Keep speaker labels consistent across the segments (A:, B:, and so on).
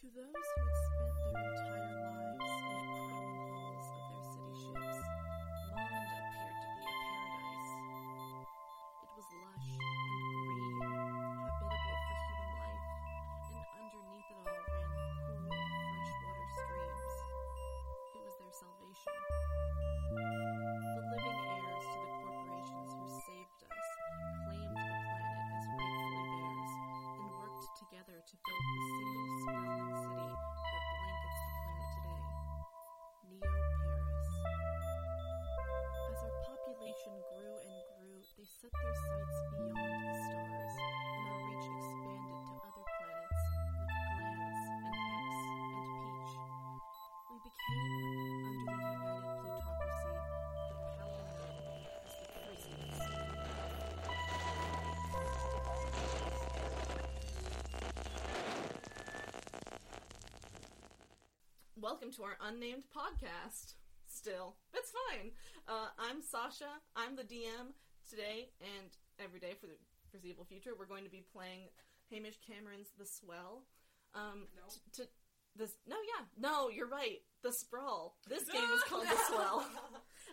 A: To those who had spent their entire lives in the prone halls of their city ships, Maland appeared to be a paradise. It was lush and green, habitable for human life, and underneath it all ran cool, freshwater streams. It was their salvation. The living heirs to the corporations who saved us claimed the planet as rightfully theirs and worked together to build the single sprawling city that blankets the planet today Neo Paris. As our population grew and grew, they set their sights beyond the stars, and our reach expanded to other planets like Glands and Hex and Peach. We became, under the united plutocracy, the power known as the Crucible City. Welcome to our unnamed podcast. Still, it's fine. Uh, I'm Sasha. I'm the DM today and every day for the foreseeable future. We're going to be playing Hamish Cameron's The Swell. Um,
B: No.
A: t- to this, no, yeah, no, you're right. The Sprawl. This game is called The Swell.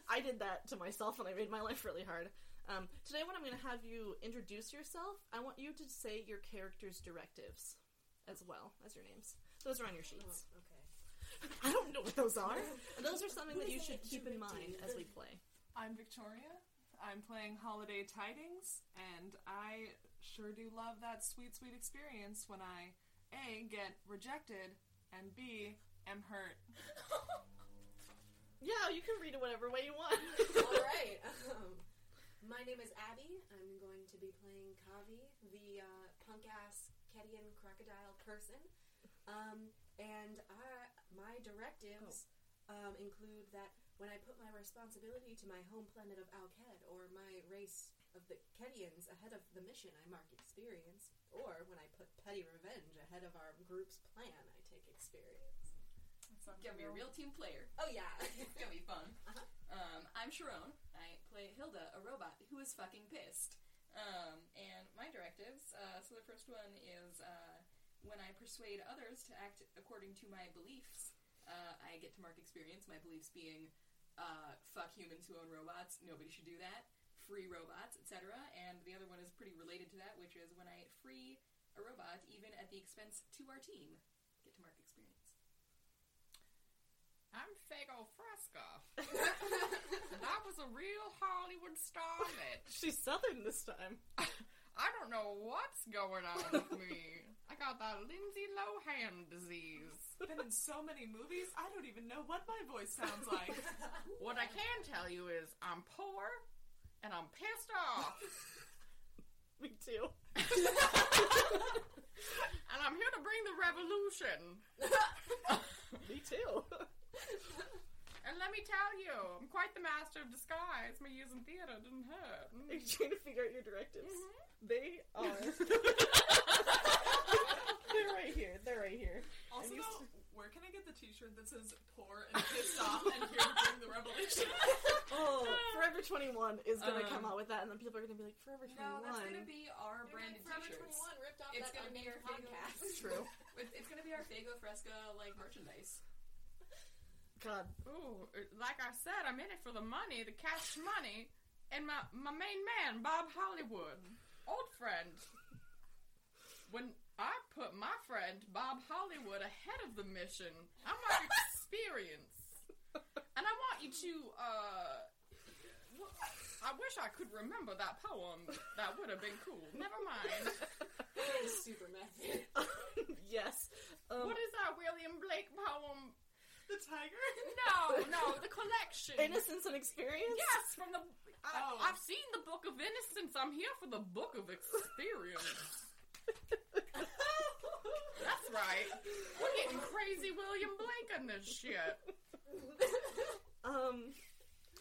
A: I did that to myself and I made my life really hard. Um, today, when I'm going to have you introduce yourself, I want you to say your character's directives as well as your names. Those are on your sheets.
C: Oh,
B: okay.
A: I don't know what those are. those are something that you should keep in mind as we play.
B: I'm Victoria. I'm playing Holiday Tidings, and I sure do love that sweet, sweet experience when I A, get rejected, and B, am hurt.
A: Yeah, you can read it whatever way you want.
C: All right. Um, my name is Abby. I'm going to be playing Kavi, the uh, punk ass Kedian crocodile person. Um, and I, my directives um, include that when I put my responsibility to my home planet of Alked or my race of the Kedians ahead of the mission, I mark experience. Or when I put petty revenge ahead of our group's plan, I take experience.
D: Gonna be a real team player.
C: Oh, yeah.
D: It's gonna be fun.
C: Uh-huh.
D: Um, I'm Sharon. I play Hilda, a robot who is fucking pissed. Um, and my directives. Uh, so the first one is uh, when I persuade others to act according to my beliefs, uh, I get to mark experience. My beliefs being uh, fuck humans who own robots. Nobody should do that. Free robots, etc. And the other one is pretty related to that, which is when I free a robot, even at the expense to our team, get to mark experience.
E: I'm Fago Fresca, and I was a real Hollywood star bitch.
A: She's southern this time.
E: I don't know what's going on with me. I got that Lindsay Lohan disease.
B: Been in so many movies, I don't even know what my voice sounds like.
E: What I can tell you is I'm poor, and I'm pissed off,
A: Me too.
E: and I'm here to bring the revolution.
A: Me too.
E: And let me tell you, I'm quite the master of disguise. My years in theater didn't hurt.
A: Are
E: Mm-hmm.
A: you trying to figure out your directives? They are. They're right here. They're right here.
B: also,
A: used
B: though, where can I get the t shirt that says poor and pissed off and here to bring the revelation?
A: Oh, Forever 21 is going to
D: Um,
A: come out with that, and then people are going to be like, Forever 21.
D: No, that's gonna be our branded
C: Forever
D: t-shirts.
C: 21 ripped off
D: It's
C: that
D: gonna be
C: unnamed
D: your favorite
C: podcast.
A: True.
D: It- It's gonna be our Fago Fresca like merchandise.
A: God.
E: Ooh, like I said, I'm in it for the money, the cash money, and my, my main man, Bob Hollywood, old friend. When I put my friend, Bob Hollywood, ahead of the mission, I'm my experience. And I want you to, uh. w- I wish I could remember that poem. That would have been cool. Never
A: Um,
E: mind.
C: Super method.
A: yes. Um,
E: What is that William Blake poem?
B: the tiger?
E: No, no, the collection.
A: innocence and experience?
E: Yes, from the. I,
B: Oh.
E: I've seen the Book of Innocence. I'm here for the Book of Experience. That's right. We're getting crazy William Blake on this shit.
A: Um,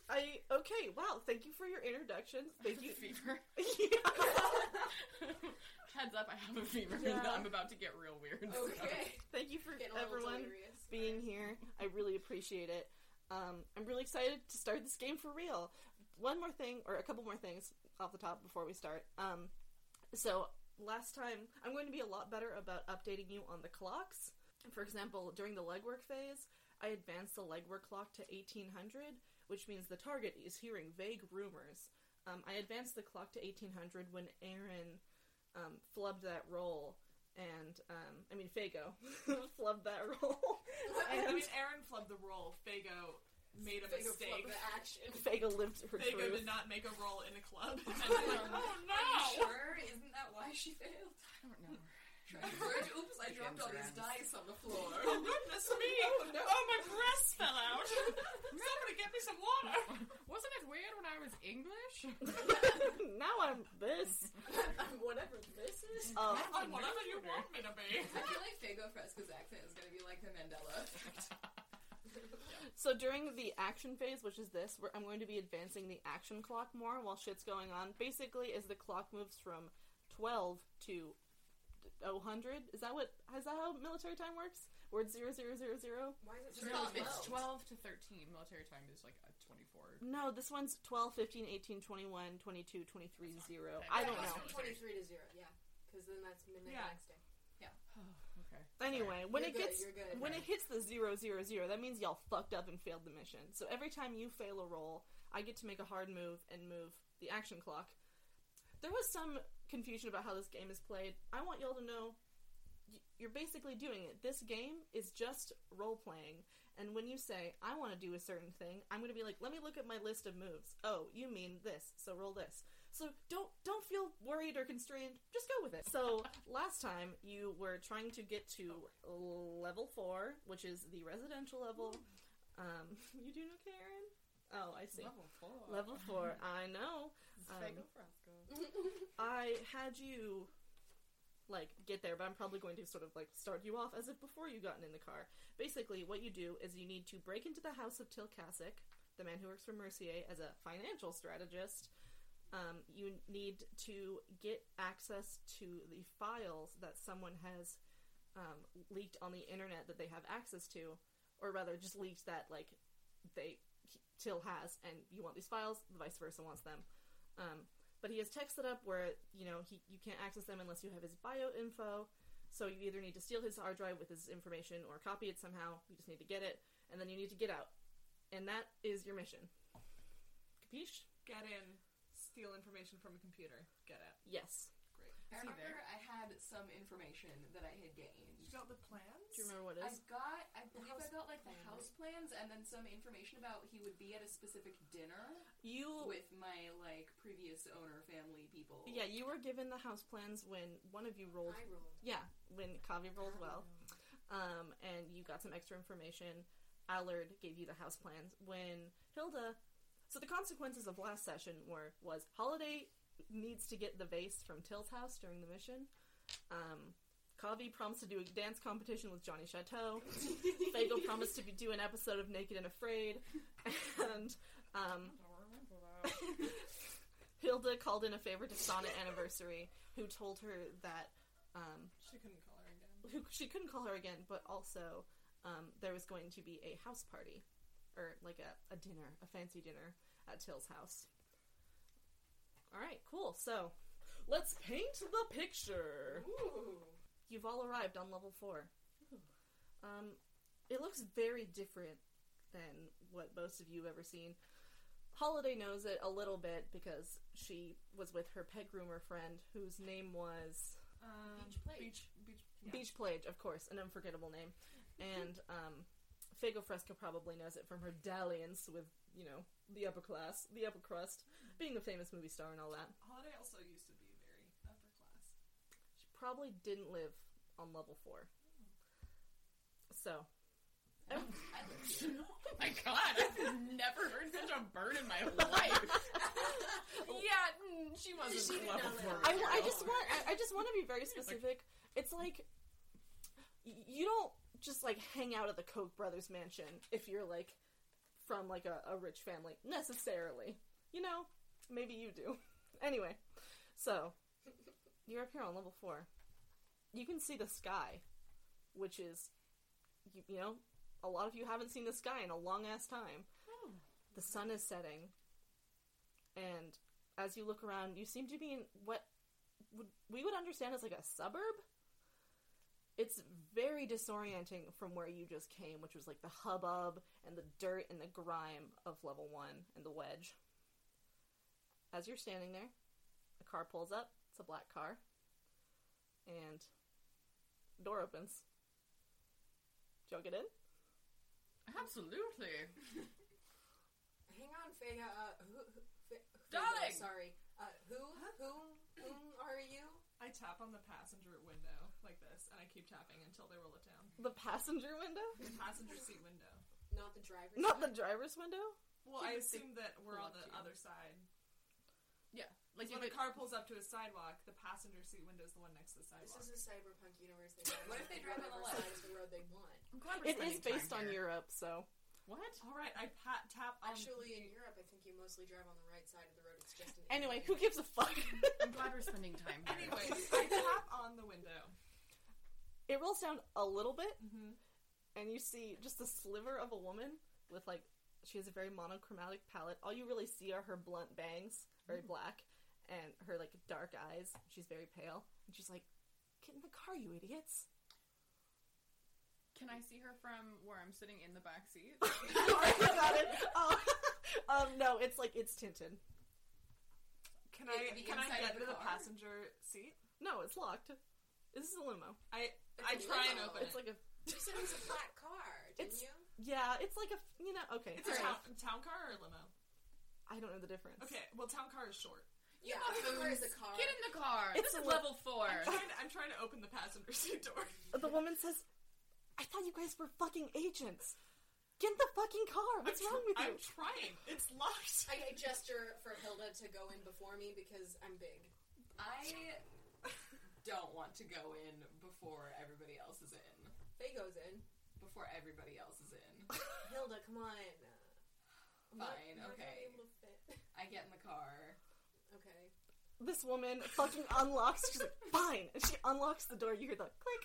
A: I. Okay, wow. Thank you for your introductions. Thank you.
E: Fever.
A: Yeah.
E: Heads up, I have a fever.
A: Yeah.
E: I'm about to get real weird. so.
C: Okay.
A: Thank you for
C: Getting a little
A: everyone
C: delirious.
A: being here. I really appreciate it. Um, I'm really excited to start this game for real. One more thing, or a couple more things off the top before we start. Um, so last time, I'm going to be a lot better about updating you on the clocks. For example, during the legwork phase, I advanced the legwork clock to 1800, which means the target is hearing vague rumors. Um, I advanced the clock to 1800 when Aaron um, flubbed that roll, and um, I mean Fago flubbed that roll.
E: I
A: and
E: mean, Aaron flubbed the roll. Fago made a
C: Take a flip
E: mistake.
C: of action.
A: Fago lived her
E: Fago
A: truth.
E: did not make a roll in a club. And I'm like, oh
D: Are you
E: no!
D: sure? Isn't that why she failed?
F: I don't know.
D: Oops, I dropped all these dice on the floor.
E: Oh goodness me! Oh, my breast fell out. Somebody get me some water.
F: Wasn't it weird when I was English?
A: now I'm this.
C: Whatever this is.
A: Uh,
E: I'm whatever you want me to be.
D: I feel like Fago Fresco's accent is going to be like the Mandela effect.
A: So during the action phase, which is this, where I'm going to be advancing the action clock more while shit's going on. Basically, as the clock moves from 12 to 100, is that what is that how military time works? Where it's zero zero zero zero?
C: Why is it
D: It's
C: so
D: not-
F: it's 12
C: low?
F: to 13. Military time is like a 24.
A: No, this one's 12, 15, 18, 21, 22, 23, 0.
F: Okay.
A: I
C: Yeah,
A: don't
C: it goes
A: know.
C: from 23 to 0, yeah. Because then that's midnight
E: Yeah.
C: the next day.
F: okay.
A: Anyway, when
C: You're
A: it
C: good,
A: gets
C: you're good.
A: when it hits the zero zero zero, that means y'all fucked up and failed the mission. So every time you fail a roll, I get to make a hard move and move the action clock. There was some confusion about how this game is played. I want y'all to know y- you're basically doing it. This game is just role playing. And when you say, I want to do a certain thing, I'm going to be like, let me look at my list of moves. Oh, you mean this, so roll this. So don't don't feel worried or constrained. Just go with it. So last time you were trying to get to level four, which is the residential level. Um, you doing okay, Aaron? Oh, I see.
F: Level 4.
A: Level four. I know. Um, I had you like get there, but I'm probably going to sort of like start you off as if before you gotten in the car. Basically, what you do is you need to break into the house of Tilcasic, the man who works for Mercier as a financial strategist. Um, you need to get access to the files that someone has um, leaked on the internet that they have access to, or rather, just leaked that like they Till has, and you want these files, the vice versa wants them. Um, but he has text set up where you know he you can't access them unless you have his bio info. So you either need to steal his hard drive with his information or copy it somehow. You just need to get it, and then you need to get out, and that is your mission. Capiche?
E: Get in. Steal information from a computer. Get it.
A: Yes.
E: Great.
F: See
D: I remember
F: there.
D: I had some information that I had
E: You
D: gained.
E: got the plans?
A: Do you remember what it
D: I
A: is?
D: got, I believe I
C: house
D: got like the
C: plan,
D: house plans and then some information about he would be at a specific dinner
A: You
D: with my like previous owner family people.
A: yeah, you were given the house plans when one of you rolled.
C: I rolled.
A: Yeah, when Kavi rolled well, um, and you got some extra information. Allard gave you the house plans when Hilda. So the consequences of last session were was Holiday needs to get the vase from Till's house during the mission. Um, Kavi promised to do a dance competition with Johnny Chateau. Fagel promised to be, do an episode of Naked and Afraid, and um,
F: I don't remember that.
A: Hilda called in a favor to Sonnet Anniversary, who told her that um,
E: She couldn't call her again.
A: who she couldn't call her again, but also um, there was going to be a house party or like a, a dinner, a fancy dinner at Till's house. All right, cool. So let's paint the picture.
C: Ooh.
A: You've all arrived on level four. Um, it looks very different than what most of you have ever seen. Holiday knows it a little bit because she was with her peg groomer friend whose name was
E: Um,
C: Beach plate.
E: Beach. Beach. Yeah.
A: Beach Plage, of course, an unforgettable name. And um, Fago Fresco probably knows it from her dalliance with, you know, the upper class, the upper crust, being a famous movie star and all that.
E: Holiday also used to be very upper class.
A: She probably didn't live on level four. So,
D: I lived here.
F: oh my god, I've never heard such a burn in my life. yeah, mm, she wasn't
C: She did
F: level
C: not
F: four.
C: let
A: I,
C: her
A: I
F: girl.
A: just want I, I just want to be very specific. It's like y- you don't just like hang out at the Koch brothers mansion if you're like from like a, a rich family necessarily. You know, maybe you do. Anyway, so you're up here on level four. You can see the sky, which is you, you know a lot of you haven't seen the sky in a long ass time. The sun is setting, and as you look around, you seem to be in what would, we would understand as like a suburb. it's very disorienting from where you just came, which was like the hubbub and the dirt and the grime of level one and the wedge. As you're standing there, a car pulls up. It's a black car. And door opens. Do y'all get in?
G: Absolutely.
C: Hang on, Faya. Uh, who, who, Fa- Faya,
G: Darling!
C: Sorry. Uh, who? Whom? Whom are you?
E: I tap on the passenger window like this, and I keep tapping until they roll it down.
A: The passenger window?
E: The passenger seat window.
C: Not the driver.
A: Not the driver's window?
E: Well,
G: Keep
E: I
G: it stick-
E: assume that we're on
G: pull up
E: the
G: to you.
E: other side.
G: Yeah. Like
E: When
G: if
E: a
G: it,
E: car pulls up to a sidewalk, the passenger seat window is the one next to the
C: This
E: sidewalk.
C: is a cyberpunk universe. They
D: What if they drive on the
C: whatever
D: left?
C: side is the road they want?
G: I'm glad we're
A: It is
G: spending
A: based on
G: time here.
A: Europe, so
G: What?
E: All right, I pat tap
A: Um,
E: on.
C: Actually, in Europe, I think you mostly drive on the right side of the road. It's just an
A: Anyway, who
C: Indian.
A: gives a fuck?
G: I'm glad we're spending time here.
E: Anyways, I tap on the window.
A: it rolls down a little bit,
E: Mm-hmm.
A: and you see just a sliver of a woman with like she has a very monochromatic palette. All you really see are her blunt bangs, very
E: Mm.
A: black, and her like dark eyes. She's very pale, and she's like, "Get in the car, you idiots!"
G: Can I see her from where I'm sitting in the back seat?
A: Sorry about it. Oh, um, no, it's like it's tinted.
E: Can
D: It-
E: I
D: the
E: can I
D: inside
E: get
D: of
E: to
D: the
E: the
D: car?
E: passenger seat?
A: No, it's locked. This is a limo.
E: I
C: It's
E: I
C: a
E: try and
C: limo.
E: open
A: It's
E: it.
A: like a
C: You said it was a black car, didn't
A: It's-
C: you?
A: yeah. It's like a you know okay.
E: It's a
A: fair
E: town,
A: enough.
E: town car or a limo.
A: I don't know the difference.
E: Okay, well, town car is short.
C: Yeah,
G: love
C: the car is a car.
G: Get in the car.
A: It's
G: this
A: a
G: is
A: li-
G: level four.
E: I'm trying, to, I'm trying to open the passenger seat door.
A: The woman says, I thought you guys were fucking agents. Get in the fucking car. What's
E: I'm tr-
A: wrong with you?
E: I'm trying. It's locked.
C: I, I gesture for Hilda to go in before me because I'm big.
D: I don't want to go in before everybody else is in.
C: Faye goes in.
D: Before everybody else is in.
C: Hilda, come on. I'm not-
D: Fine,
C: I'm not gonna be
D: okay.
C: able to fit.
D: I get in the car.
C: Okay.
A: This woman fucking unlocks. She's like, fine. And she unlocks the door. You hear the click.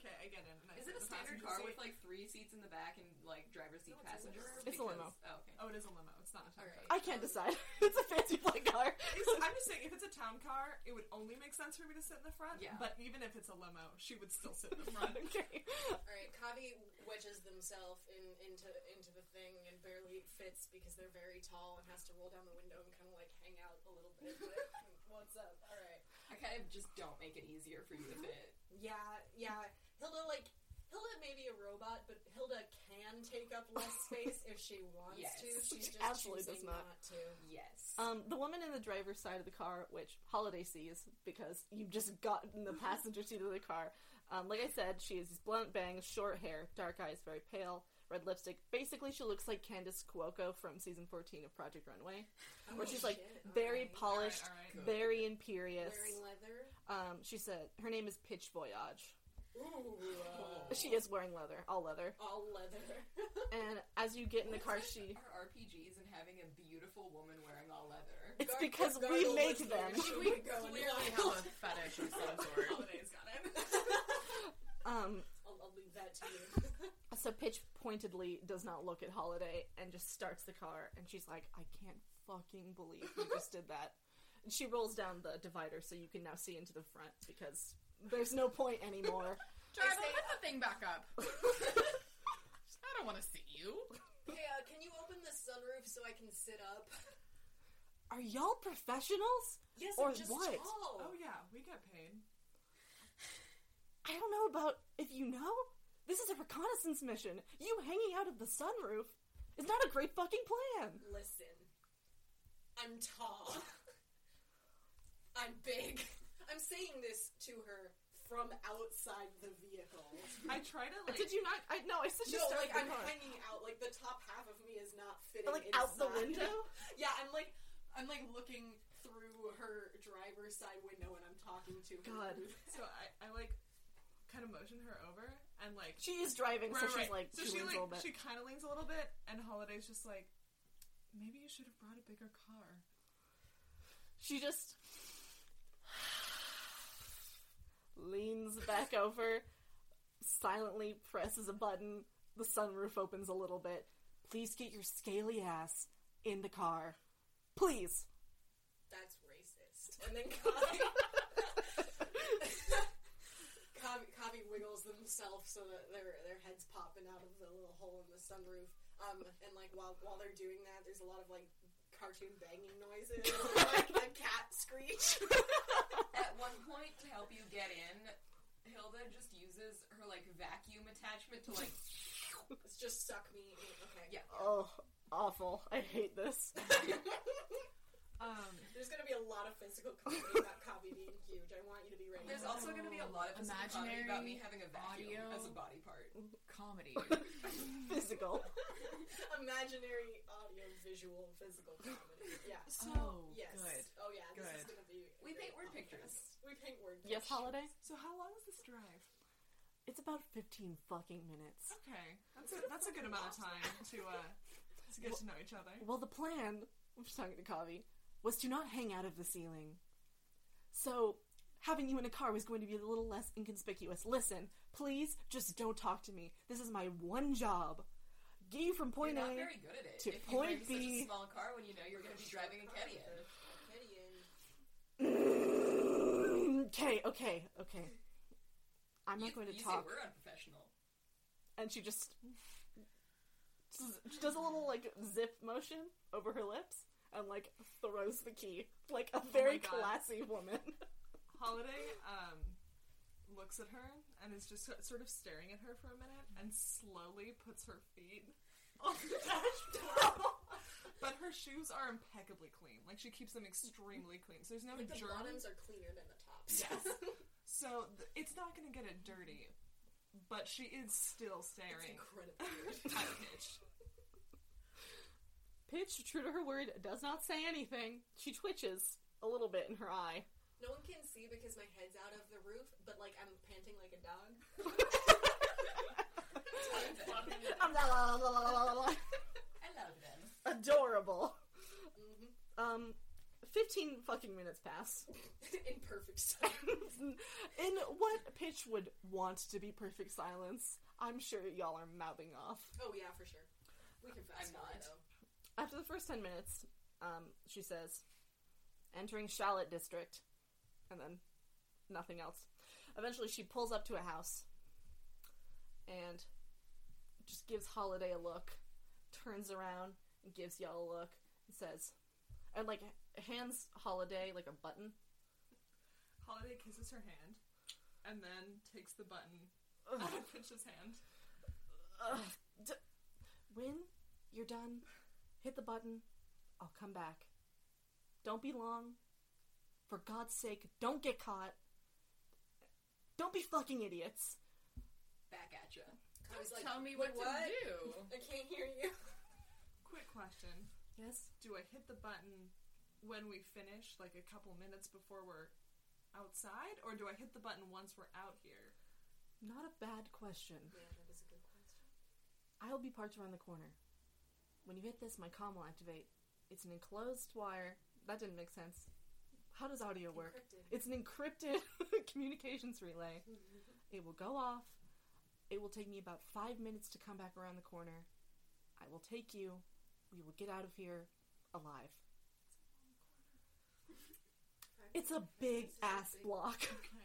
E: Okay, I get in. And I
D: Is
E: sit in
D: it a
E: the
D: standard
E: passenger
D: car
E: seat.
D: with like three seats in the back and like driver's seat,
C: No, it's a
D: passenger?
C: limo.
A: It's a limo.
D: Because- Oh, okay.
E: Oh, it is a limo. It's not a town
C: Alright.
E: car.
A: I can't decide. it's a fancy black car.
E: It's- I'm just saying, if it's a town car, it would only make sense for me to sit in the front.
D: Yeah.
E: But even if it's a limo, she would still sit in the front.
A: okay.
C: All right, Kavi wedges themselves in, into into the thing and barely fits because they're very tall and has to roll down the window and kind of like hang out a little bit. But what's up? All right.
D: I kind of just don't make it easier for you to fit.
C: Yeah, yeah. Hilda like Hilda may be a robot, but Hilda can take up less space if she wants
D: Yes.
C: to.
A: She
C: She's just
A: absolutely does
C: choosing
A: not.
C: to.
D: Yes.
A: Um, the woman in the driver's side of the car, which Holiday sees because you've just gotten the passenger seat of the car. Um, like I said, she has blunt bangs, short hair, dark eyes, very pale, red lipstick. Basically, she looks like Candace Cuoco from season 14 of Project Runway. Where
C: Oh,
A: she's like
C: shit,
A: very
C: alright.
A: polished,
E: All right, all
D: right.
A: very imperious.
C: Wearing leather.
A: Um, she said her name is Pitch Voyage.
C: Ooh. uh,
A: She is wearing leather, all leather.
C: all leather.
A: And as you get in the
D: What
A: car,
D: is with
A: she
D: our RPGs and having a beautiful woman wearing all leather.
A: it's
C: Gar-
A: because
C: Gargle
A: we
C: was
A: make
C: the
A: them.
C: issue.
G: we
C: We're going
G: clearly
C: wild.
G: have a fetish of some sort.
E: Holiday's got it.
A: Um,
C: I'll, I'll leave that to you.
A: so Pitch pointedly does not look at Holiday and just starts the car, and she's like, "I can't fucking believe you just did that." And she rolls down the divider so you can now see into the front because there's no point anymore.
G: Driver,
C: say-
G: put the thing back up. I don't want to see you.
C: Hey, uh, can you open the sunroof so I can sit up?
A: Are y'all professionals?
C: Yes,
A: Or
C: I'm just
A: what?
C: tall.
E: Oh yeah, we get paid.
A: I don't know about if you know. This is a reconnaissance mission. You hanging out of the sunroof is not a great fucking plan.
C: Listen, I'm tall. I'm big. I'm saying this to her from outside the vehicle.
E: I try to like.
A: Did you not? I no. I said she
C: no,
A: started
C: like
A: the
C: I'm
A: car.
C: hanging out. Like the top half of me is not fitting.
A: But, like out the
C: inside.
A: window.
C: yeah, I'm like I'm like looking through her driver's side window and I'm talking to her.
A: God.
E: So I, I like, kind of motion her over and like.
A: She is driving, so
E: Right,
A: she's
E: right.
A: like
E: so
A: she,
E: she
A: leans
E: like
A: a little bit.
E: she kind of leans a little bit, and Holiday's just like, maybe you should have brought a bigger car.
A: She just leans back over, silently presses a button. The sunroof opens a little bit. Please get your scaly ass in the car, please.
C: That's racist. And then Kavi, Kavi, Kavi wiggles himself so that their their heads popping out of the little hole in the sunroof. Um, and like while while they're doing that, there's a lot of like cartoon banging noises, and, like a cat screech.
D: At one point, to help you get in, Hilda just uses her like vacuum attachment to like
C: it's just suck me. in. Okay.
D: Yeah.
A: Oh, awful. I hate this.
E: Um,
C: There's gonna be a lot of physical comedy about Kavi being huge. I want you to be ready.
D: There's also going to be a lot of physical comedy about me
E: Imaginary
D: having a vacuum
E: audio.
D: as a body part.
E: comedy.
A: Physical.
C: imaginary audio visual physical comedy. Yeah.
E: So
G: Oh,
C: Yes.
E: good.
C: Oh yeah. This is
E: Good.
C: gonna be. a
D: We
C: great
D: paint word
C: podcast.
D: pictures.
C: We paint word.
A: Yes,
C: pictures.
A: Holiday?
E: So how long is this drive?
A: It's about 15 fucking minutes.
E: Okay, that's a, that's a good amount of time to uh, to get to know each other.
A: Well, the plan, I'm just talking to Kavi, was to not hang out of the ceiling. So, having you in a car was going to be a little less inconspicuous. Listen, please just don't talk to me. This is my one job. Get you from point
D: You're
A: A.
D: not very good at it.
A: to
D: if
A: point
D: you bring
A: B-
D: such a small car when you know you're going to be driving a Kedian.
C: Gideon.
A: okay, okay, okay. I'm not
D: You-
A: going to
D: you
A: talk.
D: Say we're unprofessional.
A: and she just she does a little like zip motion over her lips and like throws the key like a very
E: God.
A: classy woman.
E: Holiday um, looks at her and is just so- sort of staring at her for a minute and slowly puts her feet on the dashboard. but her shoes are impeccably clean. Like she keeps them extremely clean. So there's no
C: Like the
E: germs.
C: bottoms are cleaner than the tops.
E: Yes. So th- it's not going to get it dirty. But she is still
C: it's
E: staring.
C: incredible.
E: High pitch.
A: Pitch, true to her word, does not say anything. She twitches a little bit in her eye.
C: No one can see because my head's out of the roof, but like I'm panting like a dog. Mm-hmm.
D: I love them.
A: Adorable.
C: Mhm.
A: Um, fifteen fucking minutes pass.
C: In perfect style.
A: in what Pitch would want to be perfect silence. I'm sure y'all are mouthing off.
C: Oh yeah, for sure. We can fast forward
D: not.
C: though.
A: After the first 10 minutes, um, she says, entering Charlotte District, and then nothing else. Eventually, she pulls up to a house and just gives Holiday a look, turns around, and gives y'all a look, and says, and like hands Holiday like a button.
E: Holiday kisses her hand and then takes the button out of Pitch's hand.
A: Ugh, d- when you're done, hit the button. I'll come back. Don't be long. For God's sake, don't get caught. Don't be fucking idiots.
D: Back at you.
C: I was like,
G: Tell me what,
C: what?
G: to do.
C: I can't hear you.
E: Quick question.
A: Yes.
E: do I hit the button when we finish, like a couple minutes before we're outside, or do I hit the button once we're out here?
A: Not a bad question.
C: Yeah, that is a good question.
A: I'll be parked around the corner. When you hit this, my comm will activate. It's an enclosed wire. That didn't make sense. How does audio work?
C: Encrypted.
A: It's an encrypted communications relay. It will go off. It will take me about five minutes to come back around the corner. I will take you. We will get out of here alive. It's a big ass block.
C: Okay,
E: Okay.
C: fine. Okay.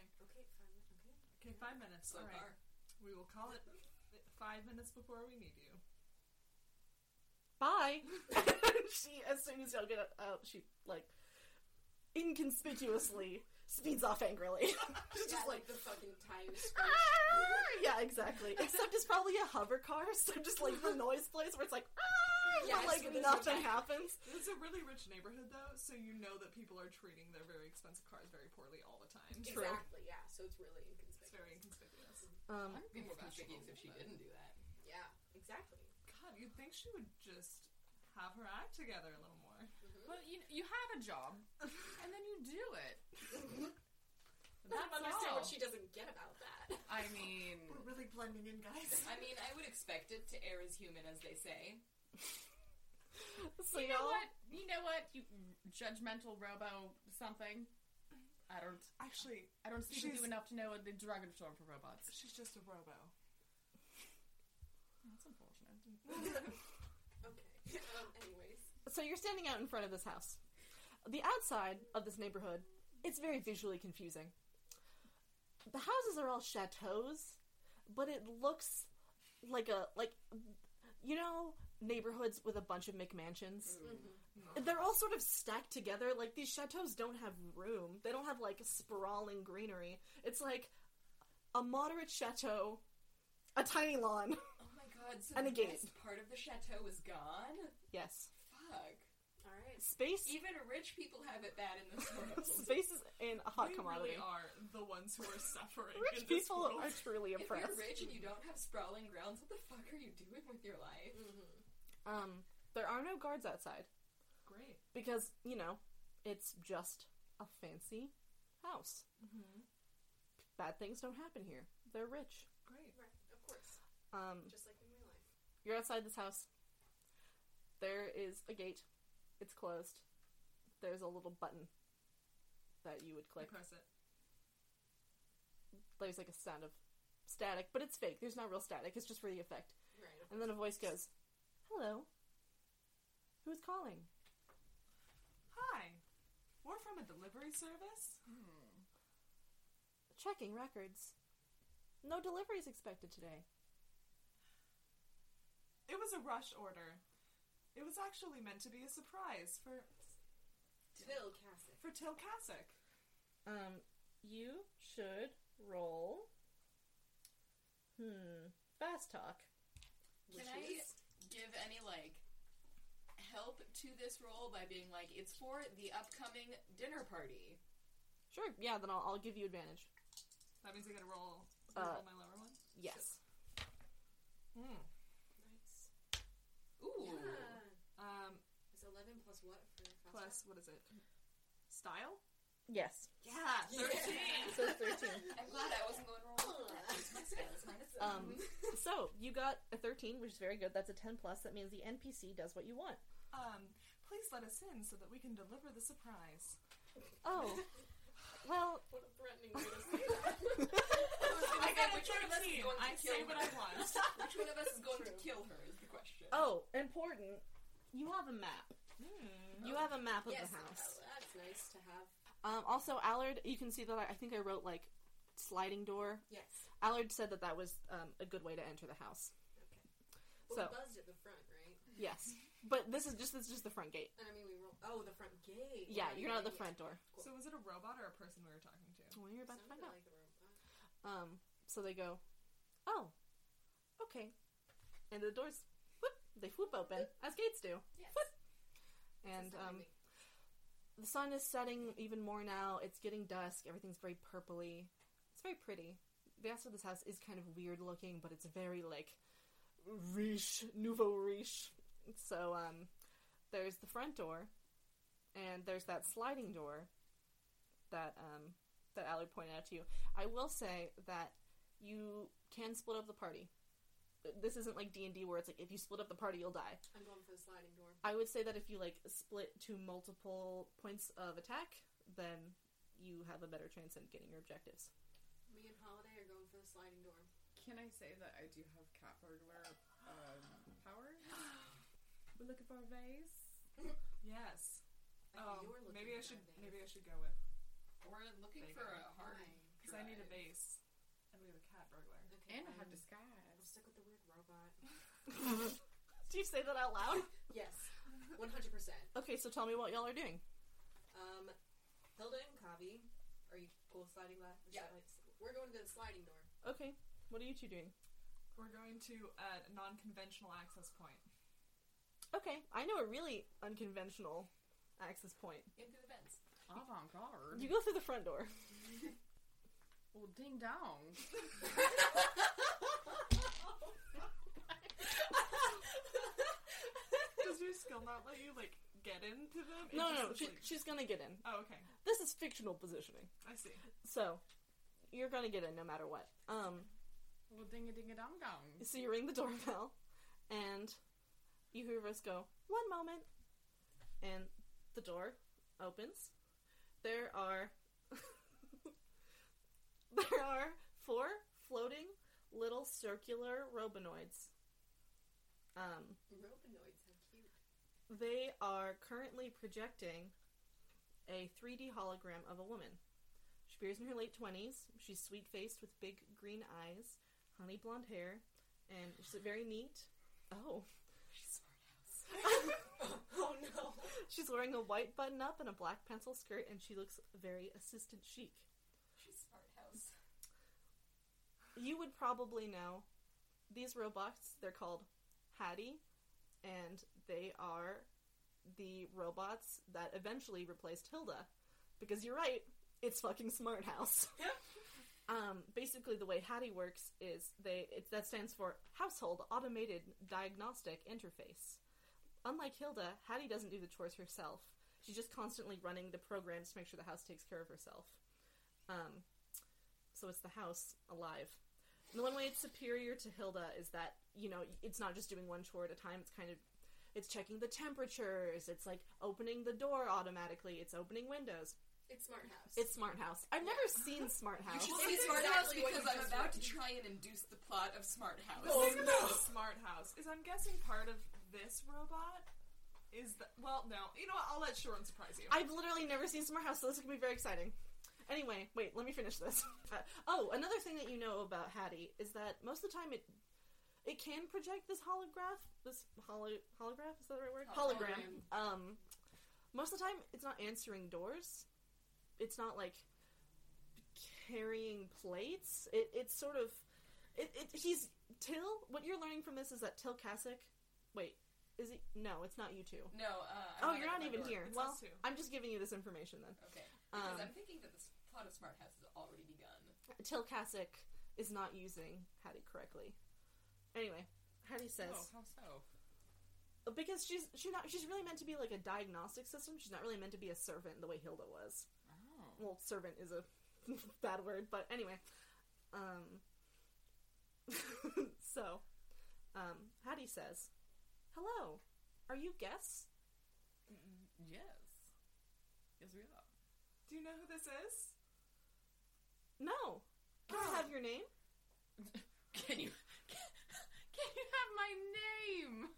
E: Okay, five minutes.
D: So
E: All right.
D: far.
E: We will call it five minutes before we need you.
A: Bye. she, as soon as y'all get out, she like inconspicuously speeds off angrily. She's
C: yeah,
A: just like,
C: the fucking tires.
A: "Ah!"
C: screech.
A: yeah, exactly. Except it's probably a hover car, so just like the noise place where it's like, ah,
C: Yeah,
A: but, like
C: so there's
A: nothing
C: no-
A: happens.
E: It's a really rich neighborhood, though, so you know that people are treating their very expensive cars very poorly all the time.
A: True.
C: Exactly. Yeah. So it's really inconspicuous.
E: It's very inconspicuous.
A: Um,
D: I'd be more conspicuous if she didn't do that.
C: Yeah. Exactly.
E: God, you'd think she would just have her act together a little more.
C: Mm-hmm.
G: Well, you, you have a job, and then you do it.
C: I don't
G: That's
C: understand
G: all.
C: what she doesn't get about that.
G: I mean,
E: really blending in, guys.
D: I mean, I would expect it to air as human as they say.
A: so
G: you know
A: y'all,
G: what? You know what? You judgmental robo something. I don't.
E: Actually,
G: I don't speak
E: She's-
G: with you enough to know the derogative term for robots.
E: she's just a robo.
G: That's unfortunate.
C: okay. Um, anyways.
A: so you're standing out in front of this house. The outside of this neighborhood, it's very visually confusing. The houses are all chateaus. but it looks like a like you know neighborhoods with a bunch of McMansions.
E: Mm-hmm.
A: They're all sort of stacked together. Like these chateaus don't have room. They don't have like sprawling greenery. It's like a moderate chateau, a tiny lawn.
D: Oh my god, so
A: And
D: the
A: a gate.
D: best part of the chateau is gone?
A: Yes,
D: Fuck.
C: All right.
A: space.
D: Even rich people have it bad in this world.
A: space is in a hot
E: we
A: commodity.
E: really are the ones who are suffering.
A: Rich
E: in this
A: people
E: world.
A: are truly
D: if you're
A: oppressed.
D: rich and you don't have sprawling grounds, what the fuck are you doing with your life?
C: Mm-hmm.
A: Um, there are no guards outside
E: great.
A: because you know it's just a fancy house.
D: Mm-hmm.
A: Bad things don't happen here. They're rich.
E: Great.
C: Right. Of course.
A: Um,
C: Just like in real life.
A: you're outside this house. There is a gate. It's closed. There's a little button that you would click.
E: I press it.
A: There's like a sound of static, but it's fake. There's not real static. It's just for the effect.
C: Right.
A: And then a voice goes, "Hello. Who's calling?"
E: Hi. We're from a delivery service.
A: Checking records. No deliveries expected today.
E: It was a rush order. It was actually meant to be a surprise for
C: Till Cassick.
E: for Till Kasich.
A: Um, you should roll. Hmm. Fast talk.
D: Can
C: Which
D: I
C: is-
D: give any, like, help to this role by being like, it's for the upcoming dinner party?
A: Sure. Yeah. Then I'll, I'll give you advantage.
E: That means I gotta roll,
A: Uh,
E: roll my lower one.
A: Yes.
E: Hmm.
C: Nice.
D: Ooh.
C: Yeah.
E: Um,
C: It's 11 plus what for fast
E: plus what is it? Style.
A: Yes.
E: Yeah,
C: Yeah.
E: thirteen.
A: So thirteen.
D: I'm glad I wasn't going wrong with that. It's my skills, mine is-
A: um. So you got a thirteen, which is very good. That's a ten plus. That means the NPC does what you want.
E: Um, please let us in so that we can deliver the surprise.
A: Oh. Well,
C: What a threatening way to say that.
E: I got a
D: which one of us is
E: thirteen.
D: going to
E: I
D: kill
E: say what I
D: her?
E: want.
D: Which one of us is going to kill her is the question.
A: oh, important. You have a map.
E: Hmm.
A: You have a map of
C: yes,
A: the house.
C: well, that's nice to have.
A: Um, also, Allard, you can see that I, I think I wrote like sliding door.
C: Yes.
A: Allard said that that was um, a good way to enter the house. So-
C: Okay. Well, we buzzed at the front, right?
A: Yes, but this is just this is just the front gate.
C: And I mean, we rolled. Oh, the front gate.
A: Yeah,
C: Right,
A: you're not at the
C: yeah.
A: front door.
C: Cool.
E: So was it a robot or a person we were talking to?
A: Well, you're about to find
C: Sounded
A: out.
C: like the Uh, robot.
A: Um, so they go, oh, okay, and the doors, whoop, they whoop open as gates do,
C: Yes.
A: and
C: Sounded
A: um,
C: like
A: the sun is setting even more now. It's getting dusk. Everything's very purpley. It's very pretty. The rest of this house is kind of weird looking, but it's very like riche, nouveau riche. So um, there's the front door, and there's that sliding door that um, that Allard pointed out to you. I will say that you can split up the party. This isn't like D and D where it's like if you split up the party you'll die.
C: I'm going for the sliding door.
A: I would say that if you like split to multiple points of attack, then you have a better chance in getting your objectives.
C: Me and Holiday are going for the sliding door.
G: Can I say that I do have cat burglar um, powers? We're looking for a vase.
E: Yes.
C: Like,
E: Oh,
C: you're looking
E: maybe I
C: for
E: should.
C: that
E: Maybe
C: vase.
E: I should go with
D: We're
E: There
D: looking
E: you
D: for
E: go.
D: a hard
E: because I need a
D: drive.
E: base, and we have a cat burglar.
C: Okay,
G: And I
C: um,
G: have
C: I'll
G: disguise.
C: stick with the weird robot.
A: Do you say that out loud?
C: Yes, 100%.
A: Okay, so tell me what y'all are doing.
C: Um, Hilda and Kavi, are you cool with sliding glass?
D: Yeah.
C: We're going to the sliding door.
A: Okay, what are you two doing?
E: We're going to a non-conventional access point.
A: Okay, I know a really unconventional access point.
D: In through the vents.
G: Avant garde.
A: You go through the front door.
G: Well, ding dong.
E: Does your skill not let you like get into them? It
A: No, no,
E: just
A: no.
E: looks
A: She,
E: like-
A: she's gonna get in.
E: Oh, okay.
A: This is fictional positioning,
E: I see.
A: so you're gonna get in no matter what. Um,
G: Well, ding a ding a dong dong.
A: so you ring the doorbell, and you hear us go, one moment, and the door opens. There are there are four floating little circular robonoids. Um,
C: Robinoids, how cute.
A: they are currently projecting a 3D hologram of a woman. She appears in her late 20s. She's sweet faced with big green eyes. honey blonde hair, and she's very neat. Oh,
C: oh no.
A: she's wearing a white button up and a black pencil skirt, and she looks very assistant chic.
D: She's smart house.
A: You would probably know these robots. They're called Hattie, and they are the robots that eventually replaced Hilda. Because you're right, it's fucking Smart House. Um, basically, the way Hattie works is they it, that stands for Household Automated Diagnostic Interface. Unlike Hilda, Hattie doesn't do the chores herself. She's just constantly running the programs to make sure the house takes care of herself. Um, so it's the house alive. And the one way it's superior to Hilda is that you know it's not just doing one chore at a time. It's kind of it's checking the temperatures. It's like opening the door automatically. It's opening windows.
C: It's smart house.
A: It's Smart House. I've never seen Smart House.
D: You
C: Well,
D: should see
C: that's
D: Smart House
C: exactly what
D: because
C: you
D: I'm
C: just
D: about to
C: wrote.
D: try and induce the plot of Smart House.
E: The
A: Oh,
E: thing about the smart house is I'm guessing part of this robot is the well, no, you know what? I'll let Sharon surprise you.
A: I've literally never seen Smart House, so this is gonna be very exciting. Anyway, wait, let me finish this. Uh, oh, another thing that you know about Hattie is that most of the time it it can project this holograph, this holo, holograph is that the right word? Hologram. Um, most of the time it's not answering doors. It's not like carrying plates. It, it's sort of it, it. He's Till. What you're learning from this is that Till Kasich. Wait, is he? No, it's not you two.
D: No, uh, I'm
A: Oh, you're
D: at
A: not
D: my
A: even
D: door.
A: here.
E: It's
A: Well,
E: us two.
A: I'm just giving you this information then.
D: Okay. Because
A: Um,
D: I'm thinking that the s- plot of Smart House has already begun.
A: Till Kasich is not using Hattie correctly. Anyway, Hattie says oh,
G: Oh, how so?
A: because she's she's not she's really meant to be like a diagnostic system. She's not really meant to be a servant the way Hilda was.
G: Oh.
A: Well, servant is a bad word, but anyway. Um, so, um, Hattie says, "Hello, are you guests?"
G: Yes. Yes, we are.
E: Do you know who this is?
A: No. Can I have your name?
G: Can you can, can you have my name?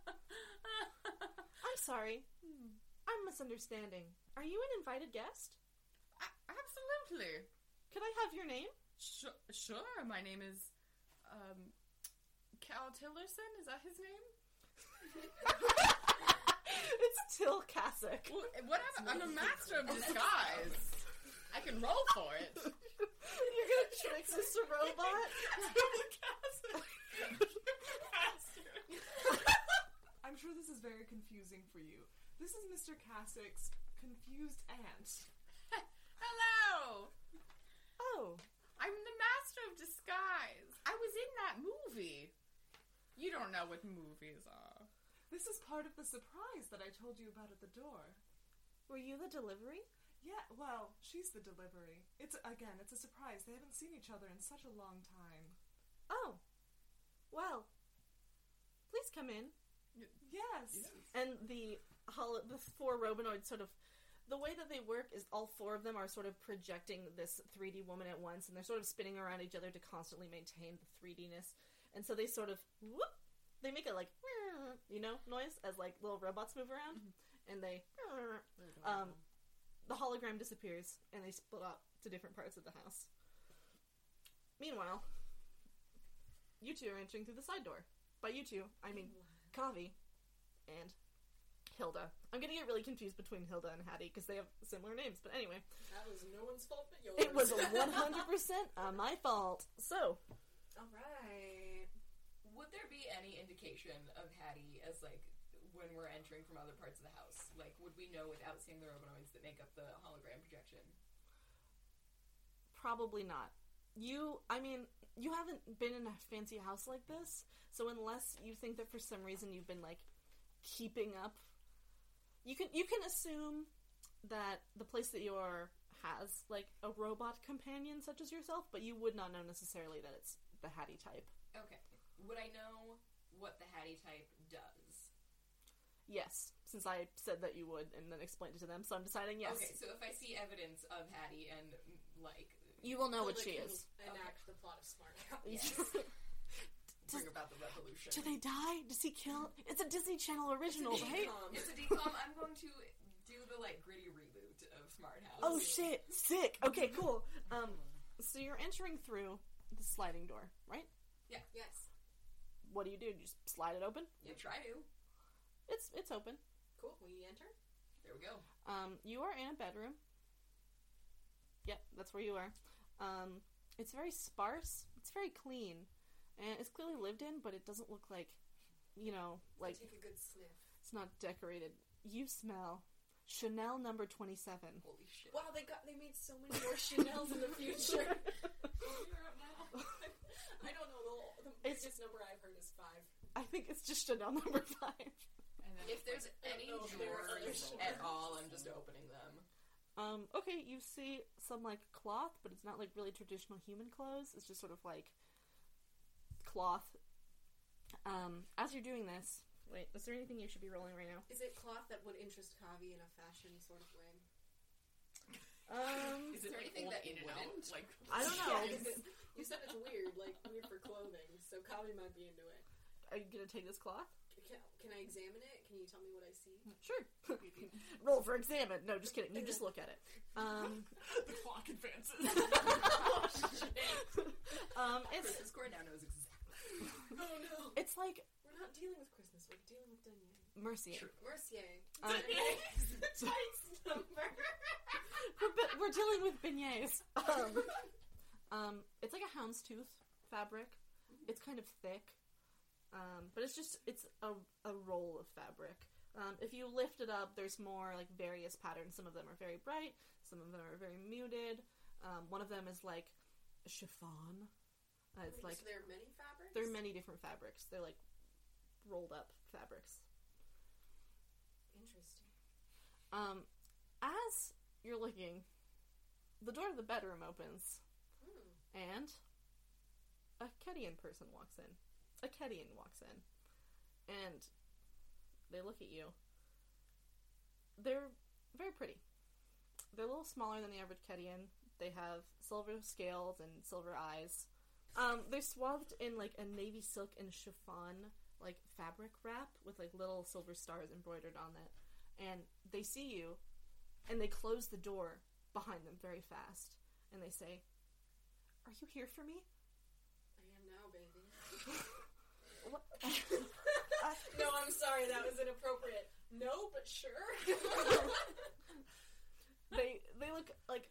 A: I'm sorry. I'm misunderstanding. Are you an invited guest?
G: A- absolutely.
A: Could I have your name?
G: Sure, sure. My name is um Cal Tillerson. Is that his name?
A: it's Till Kasich.
G: Well, whatever. I'm a master of disguise. I can roll for it.
A: You're gonna trick Mr. Robot?
E: I'm sure this is very confusing for you. This is Mr. Kasich's confused aunt.
G: Hello.
A: Oh,
G: I'm the master of disguise. I was in that movie. You don't know what movies are.
E: This is part of the surprise that I told you about at the door.
A: were you the delivery?
E: Yeah, well, she's the delivery. It's again, it's a surprise. They haven't seen each other in such a long time.
A: Oh. Well. Please come in.
E: Yes.
A: And the hol- the four Robinoids sort of the way that they work is all four of them are sort of projecting this 3D woman at once, and they're sort of spinning around each other to constantly maintain the 3Dness. And so they sort of whoop, they make a like you know noise as like little robots move around, and they um, the hologram disappears, and they split up to different parts of the house. Meanwhile, you two are entering through the side door. By you two, I mean Kavi and Hilda. I'm gonna get really confused between Hilda and Hattie because they have similar names. But anyway,
C: That was no one's fault but yours.
A: it was 100 percent uh, my fault. So
C: All right.
D: Would there be any indication of Hattie as like when we're entering from other parts of the house? Like, would we know without seeing the Robinoids that make up the hologram projection?
A: probably not. You, I mean, you haven't been in a fancy house like this, so unless you think that for some reason you've been like keeping up, you can you can assume that the place that you are has like a robot companion such as yourself, but you would not know necessarily that it's the Hattie type.
D: Okay. Would I know what the Hattie type does?
A: Yes, since I said that you would and then explained it to them, so I'm deciding yes.
D: Okay, so if I see evidence of Hattie and mm, like
A: You will know what
C: Hilda
A: she
C: can
A: is.
C: Enact the plot of smart house.
D: bring about the revolution,
A: Do they die? Does he kill? It's a Disney Channel original, right?
C: Um,
D: it's a decom. I'm going to do the like gritty reboot of Smart House.
A: Oh shit! Sick. Okay, cool. Um, so you're entering through the sliding door, right?
C: Yes.
A: What do you do? You just slide it open?
D: You try to.
A: It's it's open.
C: Cool. We enter.
D: There we go.
A: Um, you are in a bedroom. Yep, that's where you are. Um, it's very sparse. It's very clean, and it's clearly lived in, but it doesn't look like, you know,
C: I
A: like
C: take a good sniff.
A: it's not decorated. You smell Chanel number twenty-seven.
D: Holy shit.
C: Wow, they got they made so many more Chanel's in the future. Figure out now. I don't know the, whole- the
A: It's-
C: biggest number I've heard is five.
A: I think it's just Chanel number five.
H: And then it's
D: If there's
H: like,
D: any
C: know if there were other
D: drawers
C: drawers.
D: at all, I'm just opening them.
A: Um, okay, you see some like cloth, but it's not like really traditional human clothes. It's just sort of like cloth. Um, as you're doing this, wait, is there anything you should be rolling right now?
C: Is it cloth that would interest Kavi in a fashion sort of way?
A: Um,
D: Is there
H: like,
D: anything
H: old
D: that
H: in and out,
D: wouldn't?
H: like
A: I don't know.
C: Yeah, 'cause it- you said it's weird, like weird for clothing, so Kavi might be into it.
A: Are you gonna take this cloth?
C: Can, can I examine it? Can you tell me what I see?
A: Sure. Roll for examine. No, just kidding. You just look at it. Um, Oh,
H: the clock advances.
A: um, it's
D: Mrs. Gordon knows exactly.
C: Oh no!
A: it's like
C: We're not dealing with Christmas. We're dealing with Denier.
A: Mercier.
H: Sure.
C: Mercier.
A: Um, we're, be- we're dealing with beignets. Um, um, it's like a houndstooth fabric. It's kind of thick, um, but it's just it's a, a roll of fabric. Um, if you lift it up, there's more like various patterns. Some of them are very bright. Some of them are very muted. Um, one of them is like chiffon. Uh, it's
C: Wait,
A: like
C: so there are many fabrics.
A: there are many different fabrics. They're like rolled up fabrics.
C: Interesting.
A: Um, as you're looking, the door to the bedroom opens,
C: Hmm.
A: and a Kedian person walks in. A Kedian walks in, and they look at you. They're very pretty. They're a little smaller than the average Kedian. They have silver scales and silver eyes. Um, they're swathed in like a navy silk and chiffon like fabric wrap with like little silver stars embroidered on it and they see you and they close the door behind them very fast and they say are you here for me
C: I am now, baby.
A: what?
C: No, I'm sorry. That was inappropriate. No, but sure.
A: they they look like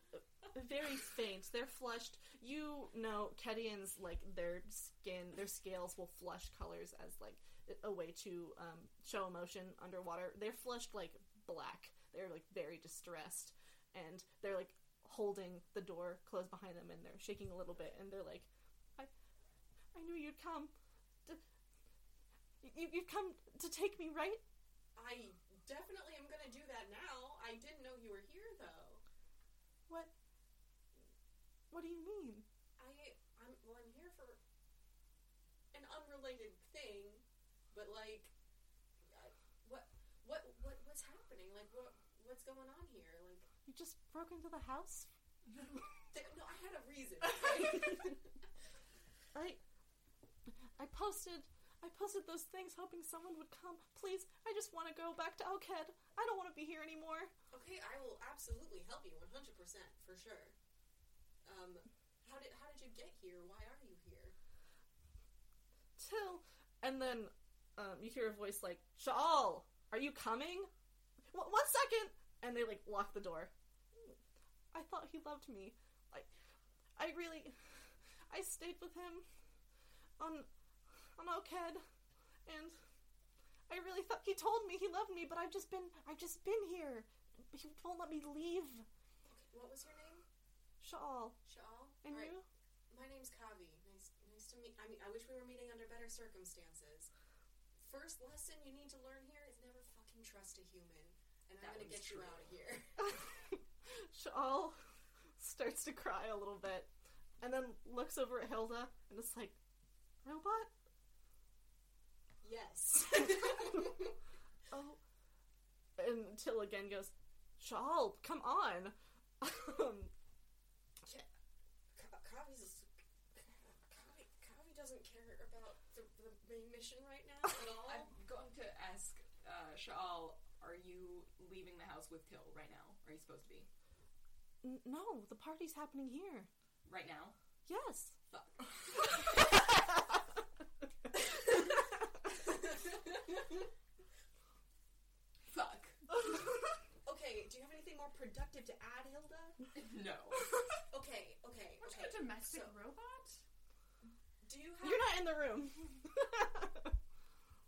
A: very faint they're flushed you know kedians like their skin their scales will flush colors as like a way to um, show emotion underwater they're flushed like black they're like very distressed and they're like holding the door closed behind them and they're shaking a little bit and they're like i i knew you'd come D- you, you've come to take me right
C: I definitely am gonna do that now. I didn't know you were here though.
A: what what do you mean
C: I I'm well, I'm here for an unrelated thing, but like, I, what what what what's happening? Like, what what's going on here? Like,
A: you just broke into the house
C: th- no, I had a reason. right?
A: I I posted I posted those things hoping someone would come. Please, I just want to go back to Elkhead. I don't want to be here anymore.
C: okay, I will absolutely help you, one hundred percent for sure. Um, how did how did you get here? Why are you here?
A: Till and then um, you hear a voice like, "Shaal, are you coming?" W- one second, and they like lock the door. I thought he loved me. I I really I stayed with him on on Elkhead, and I really thought he told me he loved me, but I've just been I've just been here. He won't let me leave.
C: Okay, what was your name?
A: Shaal,
C: Shaal.
A: and
C: All right,
A: you?
C: My name's Kavi. Nice, nice to meet. I mean, I wish we were meeting under better circumstances. First lesson you need to learn here is never fucking trust a human. And
D: That
C: I'm gonna
D: one's
C: get
D: true.
C: you out of here.
A: Shaal starts to cry a little bit and then looks over at Hilda and is like, Robot?
C: yes.
A: Oh. And Till again goes, Shaal, come on. um,
C: Ka- Kavi's a s- Kavi, Kavi doesn't care about the, the main mission right now at all.
D: I'm going to ask uh, Shaal, are you leaving the house with Till right now? Are you supposed to be?
A: "N- no, the party's happening here.
D: Right now?
A: Yes.
D: fuck. fuck.
C: Okay, do you have anything more productive to add, Hilda?
D: No.
C: Okay, okay,
H: Aren't you
C: okay.
H: a domestic
C: so-
H: robot?
C: Do you have
A: You're not in the room.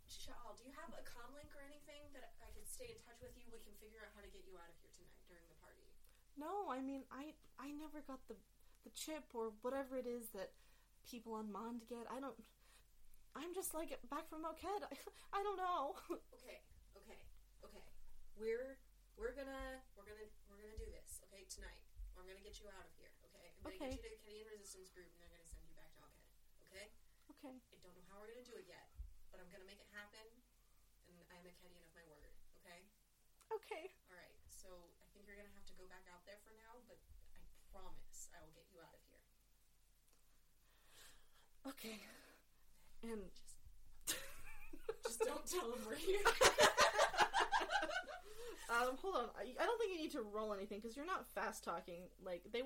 C: Shawl, do you have a comm link or anything that I could stay in touch with you? We can figure out how to get you out of here tonight during the party.
A: no, I mean, I I never got the the chip or whatever it is that people on Mond get. I don't. I'm just like back from Moked. I don't know.
C: Okay, okay, okay. We're we're gonna we're gonna we're gonna do this, okay, tonight. I'm gonna get you out of here, okay? I'm gonna
A: Okay.
C: get you to the Kenyan resistance group and they're gonna send you back to Alked, okay?
A: Okay.
C: I don't know how we're gonna do it yet, but I'm gonna make it happen and I'm a Kedian of my word, okay?
A: Okay.
C: Alright, so I think you're gonna have to go back out there for now, but I promise I will get you out of here.
A: Okay. And
C: Just don't tell him we're here.
A: um, hold on. I, I don't think you need to roll anything because you're not fast talking. Like they 100%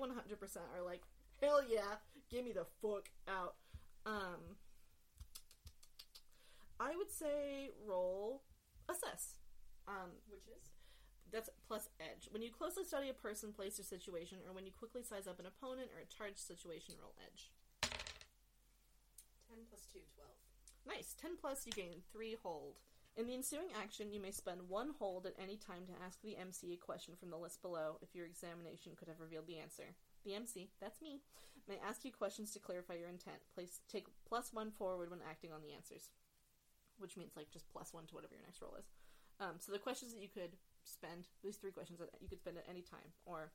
A: are like, hell yeah, give me the fuck out. Um, I would say roll assess. Um,
C: Which is?
A: that's plus edge. When you closely study a person, place, or situation, or when you quickly size up an opponent or a charged situation, roll edge.
C: Ten plus two, twelve.
A: Nice. 10 plus, you gain 3 hold. In the ensuing action, you may spend 1 hold at any time to ask the MC a question from the list below if your examination could have revealed the answer. The MC, that's me, may ask you questions to clarify your intent. Place, take plus 1 forward when acting on the answers, which means like just plus 1 to whatever your next roll is. Um, so the questions that you could spend, these three questions that you could spend at any time, or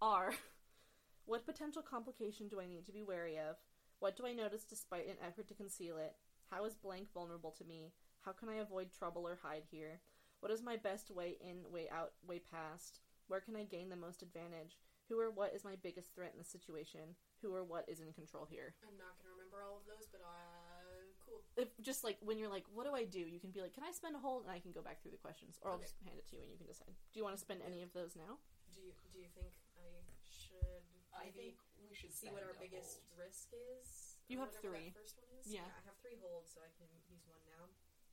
A: are what potential complication do I need to be wary of? What do I notice despite an effort to conceal it? How is blank vulnerable to me? How can I avoid trouble or hide here? What is my best way in, way out, way past? Where can I gain the most advantage? Who or what is my biggest threat in this situation? Who or what is in control here?
C: I'm not gonna remember all of those, but uh cool.
A: If just like when you're like, what do I do? You can be like, can I spend a hold? And I can go back through the questions, or I'll
C: Okay.
A: just hand it to you and you can decide. Do you want to spend any of those now?
C: Do you do you think I should
D: I
C: maybe
D: think we should
C: see what
D: send
C: our
D: a
C: biggest
D: hold.
C: risk is?
A: You
C: or
A: have
C: whatever
A: three.
C: That first one is?
A: Yeah.
C: I have three holds, so I can use one now.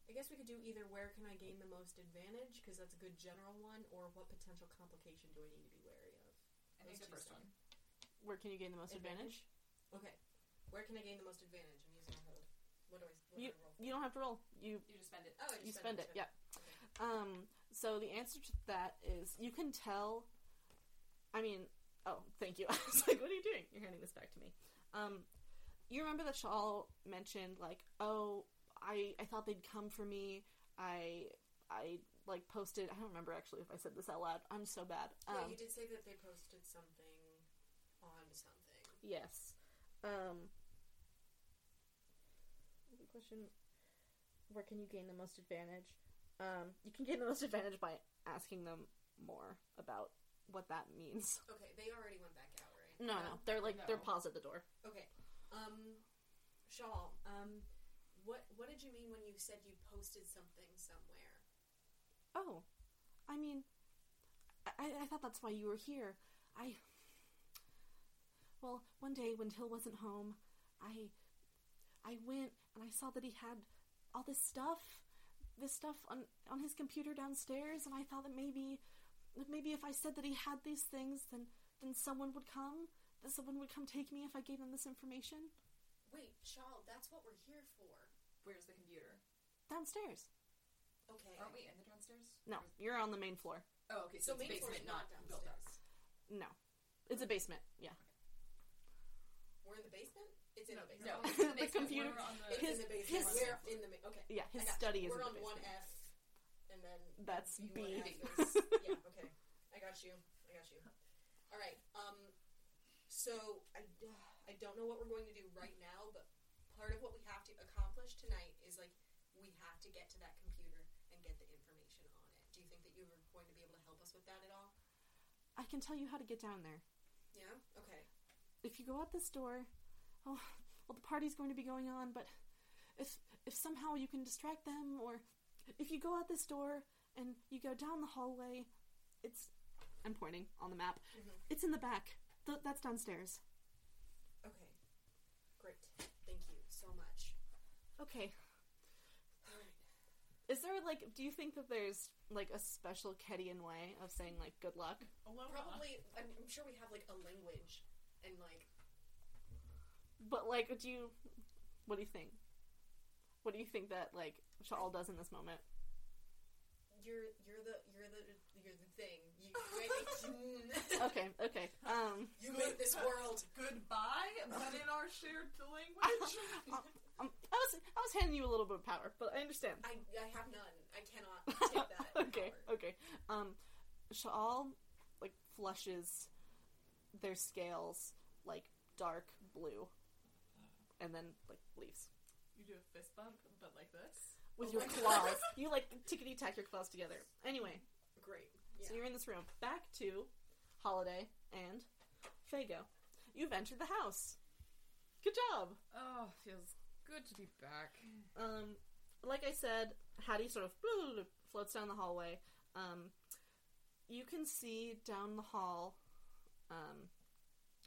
C: I guess we could do either where can I gain the most advantage because that's a good general one, or what potential complication do I need to be wary of?
D: I think
C: Those
D: the
C: two
D: first
C: suck.
D: one.
A: Where can you gain the most advantage?
C: Okay, where can I gain the most advantage? I'm using a hold. What do I? What do I roll?
A: You don't have to roll. You
D: You just spend it.
C: Oh, I
A: you
C: just
A: spend it. Yeah. Um, so the answer to that is you can tell. I mean, oh, thank you. I was like, what are you doing? You're handing this back to me. Um, you remember that Shawl mentioned like, oh, I I thought they'd come for me. I I like posted. I don't remember actually if I said this out loud. I'm so bad. Um,
C: yeah, you did say that they posted something on something.
A: Yes. Um, the question: Where can you gain the most advantage? Um, you can gain the most advantage by asking them more about what that means.
C: Okay, they already went back out, right?
A: No, no, they're like they're
D: No.
A: paused at the door.
C: Okay. Um, Shawl, um, what what did you mean when you said you posted something somewhere?
A: Oh, I mean, I- I, I thought that's why you were here. I. Well, one day when Till wasn't home, I. I went and I saw that he had all this stuff, this stuff on on his computer downstairs, and I thought that maybe, that maybe if I said that he had these things, then then someone would come, that someone would come take me if I gave them this information
C: Wait, Shawl, that's what we're here for.
D: Where's the computer?
A: downstairs.
C: Okay.
D: Aren't we in the downstairs?
A: No, you're on the main floor.
D: Oh, okay. So,
C: So main
D: it's
C: floor's
D: basement, not
C: not
D: built up.
C: downstairs.
A: No, it's a basement. Yeah.
C: We're in the basement? It's in
H: No,
C: the
H: no.
C: basement.
D: No, it's
A: The
D: in basement.
A: computer-
D: We're on the,
C: It's
A: His-
C: in the basement.
A: his-
C: we're in the ma- okay.
A: Yeah, his
C: I got you.
A: study is
C: We're
A: in
C: on
A: the
C: one
A: basement.
C: F and then
A: That's
C: you
A: B.
C: wanna have this. yeah, okay. I got you. I got you. All right. Um, so I, I don't know what we're going to do right now, but part of what we have to accomplish tonight is like we have to get to that computer and get the information on it. Do you think that you were going to be able to help us with that at all?
A: I can tell you how to get down there.
C: Yeah. Okay.
A: if you go out this door, oh, well, the party's going to be going on, but if if somehow you can distract them, or if you go out this door and you go down the hallway, it's I'm pointing on the map.
C: Mhm.
A: It's in the back. Th- that's downstairs.
C: Okay. Great.
A: Okay. Is there like? Do you think that there's like a special Kedian way of saying like good luck?
E: Uh-huh.
H: Aloha.
C: Probably, I'm, I'm sure we have like a language and like
A: But like, do you? What do you think? What do you think that like Shaul does in this moment?
C: you're you're the you're the you're the thing. You, you,
A: Okay, okay. Um,
C: you made this world.
E: Goodbye, but in our shared
A: I,
E: language.
A: I, Um, I was I was handing you a little bit of power, but I understand.
C: I, I have none. I cannot take that.
A: okay,
C: power.
A: okay. Um, Shaal like flushes their scales like dark blue, and then like leaves
E: you do a fist bump, but like this.
A: with
C: Oh
A: your
C: my God.
A: claws. you like tickety tack your claws together. Anyway,
C: Great.
A: so
C: Yeah.
A: you're in this room. Back to Holiday and Fago. You've entered the house. Good job.
G: Oh, feels good to be back.
A: Um, like I said, Hattie sort of floats down the hallway. Um, you can see down the hall, um,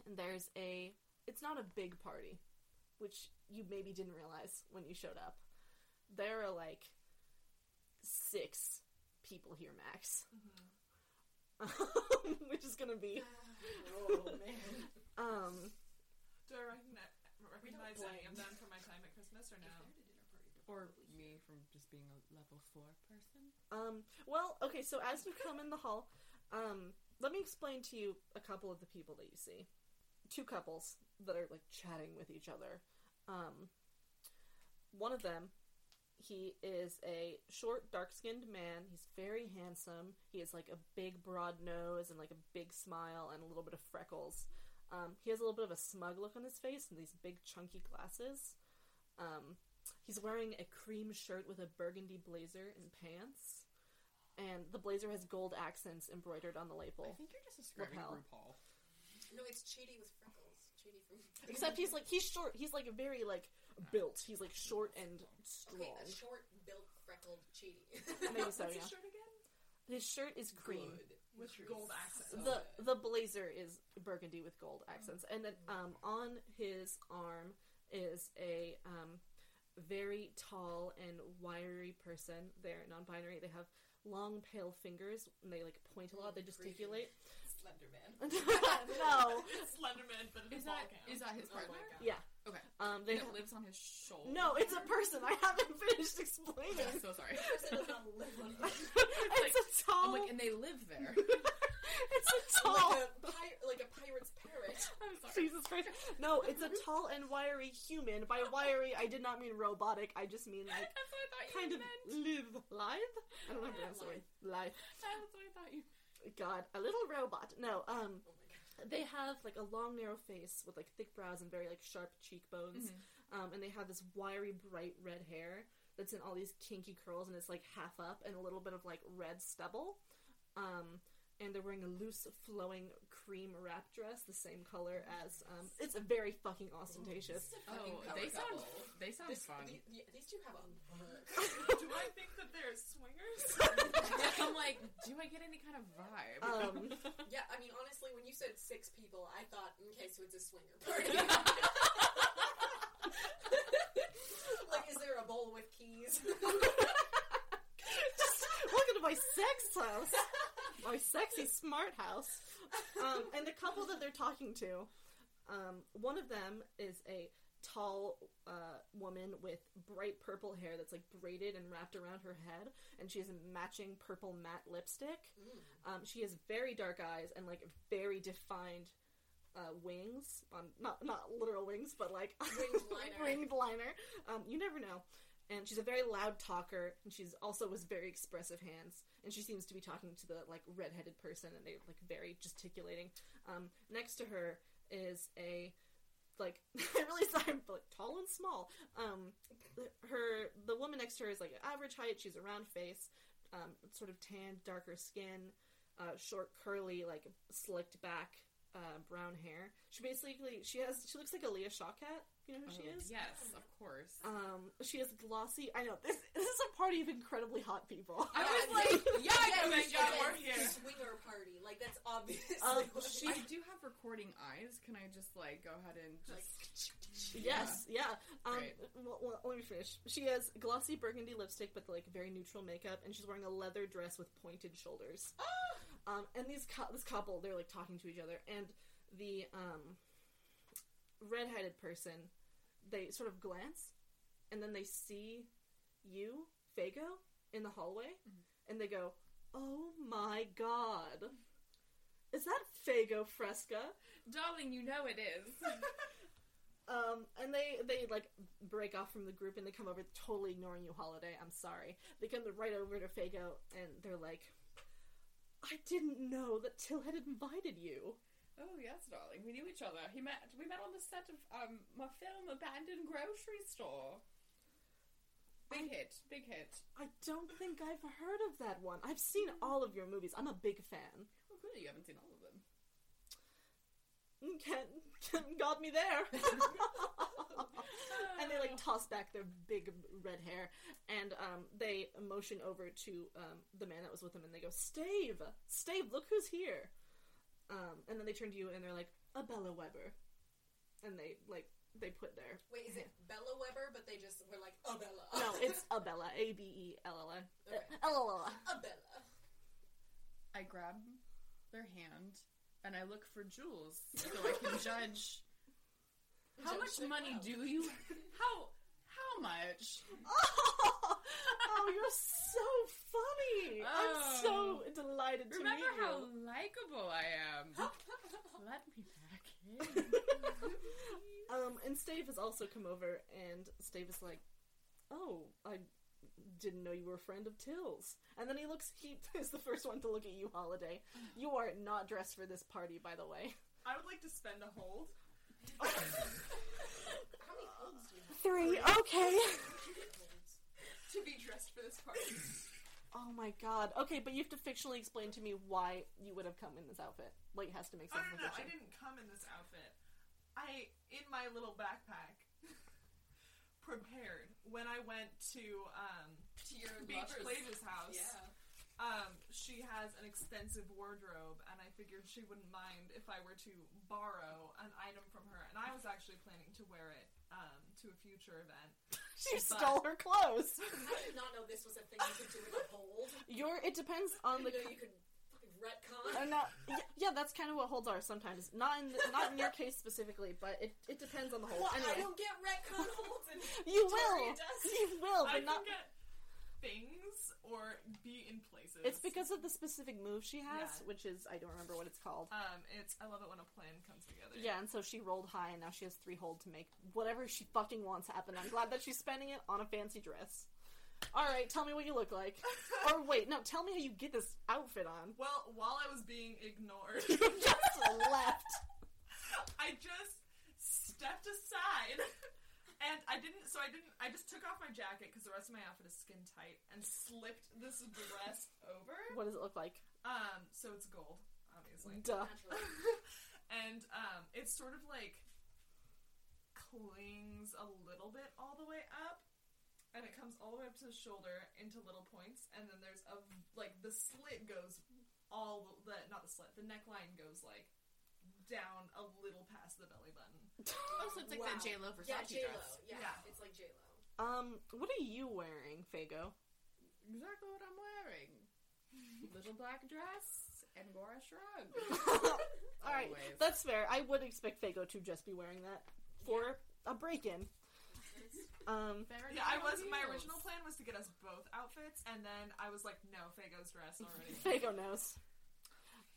A: and there's a. It's not a big party, which you maybe didn't realize when you showed up. There are like six people here max, which is gonna be.
C: Oh man.
A: Um,
E: Do I recognize, recognize any of them from my time at Christmas or no?
G: Or me from just being a level four person.
A: Um, well, okay, so as you come in the hall, um, let me explain to you a couple of the people that you see. Two couples that are like chatting with each other. Um, one of them, he is a short, dark skinned man. He's very handsome. He has like a big, broad nose and like a big smile and a little bit of freckles. Um, he has a little bit of a smug look on his face and these big, chunky glasses. Um, He's wearing a cream shirt with a burgundy blazer and pants. And the blazer has gold accents embroidered on the
G: I
A: label.
G: think you're just describing
A: Lapel.
G: RuPaul.
C: No, it's Chidi with freckles. Chidi from.
A: Except he's like he's short. He's like very like built. He's like short and
C: Okay,
A: strong.
C: a short, built, freckled Chidi.
A: Maybe so,
E: What's
A: yeah.
E: his shirt again?
A: His shirt is cream.
E: With gold accents.
A: The the blazer is burgundy with gold accents. And then um, on his arm is a um, very tall and wiry person. They're non-binary. They have long pale fingers and they like point a lot. They gesticulate.
D: Slenderman.
A: no.
H: Slenderman, but in a
G: Is
H: ball
G: that
H: gown.
G: is that his
C: Oh my
G: partner?
C: God.
A: Yeah.
G: Okay.
A: Um, they
G: That
A: ha-
G: lives on his shoulder.
A: no, it's a person. I haven't finished
G: I'm
A: explaining.
G: so sorry.
C: Person does not live on it.
A: it's a
G: I'm
A: tall.
G: like, and they live there.
A: it's a tall.
C: Like a, pir- like a pirate's parrot. Oh
G: I'm sorry.
A: Jesus Christ! No, it's a tall and wiry human. By wiry, I did not mean robotic. I just mean like
G: That's what I thought you
A: kind of
G: meant.
A: lithe, lithe. I don't know how to pronounce the word. Lithe.
G: That's what I thought
A: Oh,
G: you.
A: God, a little robot. No, um,
C: Oh my god.
A: they have like a long, narrow face with like thick brows and very like sharp cheekbones, um, and they have this wiry, bright red hair that's in all these kinky curls, and it's like half up and a little bit of like red stubble. Um, and they're wearing a loose, flowing cream wrap dress, the same color as. Um, it's very fucking ostentatious.
C: This is a fucking
G: Oh,
C: power
G: they sound
C: couple.
G: they sound
C: This-
G: fun.
C: the- the- these two have a look.
E: Do I think that they're swingers?
G: yeah, I'm like, do I get any kind of vibe?
A: Um,
C: yeah, I mean, honestly, when you said six people, I thought, okay, so it's a swinger party. like, is there a bowl with keys?
A: Welcome to my sex house, my sexy smart house. Um, and the couple that they're talking to, um, one of them is a tall uh, woman with bright purple hair that's like braided and wrapped around her head, and she has matching purple matte lipstick. Um, she has very dark eyes and like very defined uh, wings. Um, not not literal wings, but like
C: Winged liner.
A: winged liner. Um, you never know. And she's a very loud talker, and she's also was very expressive hands. And she seems to be talking to the like redheaded person, and they're like very gesticulating. Um, next to her is a like I really sorry, but like, tall and small. Um, her the woman next to her is like average height. She's a round face, um, sort of tanned, darker skin, uh, short, curly, like slicked back uh, brown hair. She basically she has she looks like a Leah Shawkat. You know who she
G: Oh,
A: is?
G: Yes, of course.
A: Um, she has glossy. I know this. This is a party of incredibly hot people.
G: I was
C: Yeah,
G: like, yeah,
C: Yeah,
G: I know that
C: it's
G: got
C: like
G: work
C: a
G: here.
C: Swinger party, like that's obvious.
A: Um,
C: Like,
A: she-
G: I do have recording eyes. Can I just like go ahead and just?
A: Yes, yeah. Um,
G: Right.
A: well, well, let me finish. She has glossy burgundy lipstick, but like very neutral makeup, and she's wearing a leather dress with pointed shoulders. Um, and these cou- this couple, they're like talking to each other, and the um, red-headed person, they sort of glance, and then they see you, Fago, in the hallway, and they go, "Oh my god." Is that Fago Fresca?
G: Darling, you know it is.
A: Um, and they they like break off from the group and they come over totally ignoring you, Holiday. I'm sorry. They come right over to Fago and they're like, "I didn't know that Till had invited you."
G: oh yes, darling. We knew each other. He met. We met on the set of um my film Abandoned Grocery Store. Big hit. Big hit.
A: I don't think I've heard of that one. I've seen all of your movies. I'm a big fan.
G: Oh, clearly you haven't seen all of them.
A: Ken, Ken got me there. and they
G: Oh.
A: like toss back their big red hair and um, they motion over to um, the man that was with them and they go stave stave look who's here um, and then they turn to you and they're like a bella weber and they like they put their
C: Wait, is it Bella Weber? But they just were like, oh Bella.
A: no it's a bella a b e l l a
C: Okay.
A: l l a
C: a Bella.
G: I grab their hand and I look for jewels so I can judge. How
C: Judge
G: much
C: the
G: money
C: crowd.
G: do you? How how much?
A: oh you're so funny i'm so
G: Oh.
A: delighted to
G: Remember
A: meet you
G: how likable I am. Let me back in.
A: Um, and Stave has also come over, and Stave is like, "Oh, I didn't know you were a friend of Till's." And then he looks. He is the first one to look at you, Holiday. You are not dressed for this party, by the way.
E: I would like to spend a hold.
C: How many holds do you have?
A: Three. Okay.
D: to be dressed for this party.
A: Oh my god. Okay, but you have to fictionally explain to me why you would have come in this outfit. Like, it has to make
E: Oh
A: sense in
E: no, no, no, I
A: fiction.
E: didn't come in this outfit. I in my little backpack prepared when I went to um,
D: to your
E: Beach
D: lovers.
E: Plage's house.
D: Yeah.
E: Um, she has an extensive wardrobe, and I figured she wouldn't mind if I were to borrow an item from her. And I was actually planning to wear it um, to a future event.
A: She stole her clothes.
C: I did not know this was a thing you could do with a hold.
A: Your. It depends on
C: I
A: the.
C: didn't know you could fucking retcon.
A: Uh, not, yeah, yeah, that's kind of what holds are sometimes. Not in the, not in your case specifically, but it, it depends on the whole.
C: Well, I
A: Anyway,
C: don't get retcon holds. And
A: you will.
C: Victoria does.
A: You will,
E: I
A: but not.
E: can get things or be in places.
A: It's because of the specific move she has,
E: Yeah.
A: which is I don't remember what it's called.
E: um, it's I love it when a plan comes together.
A: Yeah, and so she rolled high, and now she has three hold to make whatever she fucking wants happen. I'm glad that she's spending it on a fancy dress. All right, tell me what you look like. or wait, no, tell me how you get this outfit on.
E: Well, while I was being ignored,
A: You just left.
E: I just stepped aside. And I didn't, so I didn't, I just took off my jacket because the rest of my outfit is skin tight and slipped this dress over.
A: What does it look like?
E: Um, so it's gold, obviously.
A: Duh.
C: Naturally.
E: and um, it sort of like clings a little bit all the way up, and it comes all the way up to the shoulder into little points, and then there's a like the slit goes all the not the slit, the neckline goes like down a little past the belly button.
H: Oh, so it's like that
C: Wow.
H: J Lo Versace
C: Yeah, J Lo.
H: dress.
C: Yeah,
E: Yeah.
C: it's like J Lo.
A: Um, what are you wearing, Fago?
G: Exactly what I'm wearing. Little black dress and Laura Shrug.
A: All right,
G: Always.
A: that's fair. I would expect Fago to just be wearing that for a break-in. Um,
G: Fair
E: Yeah, I
G: enough,
E: was. My
G: heels.
E: original plan was to get us both outfits, and then I was like, no, Fago's dress already.
A: Fago knows.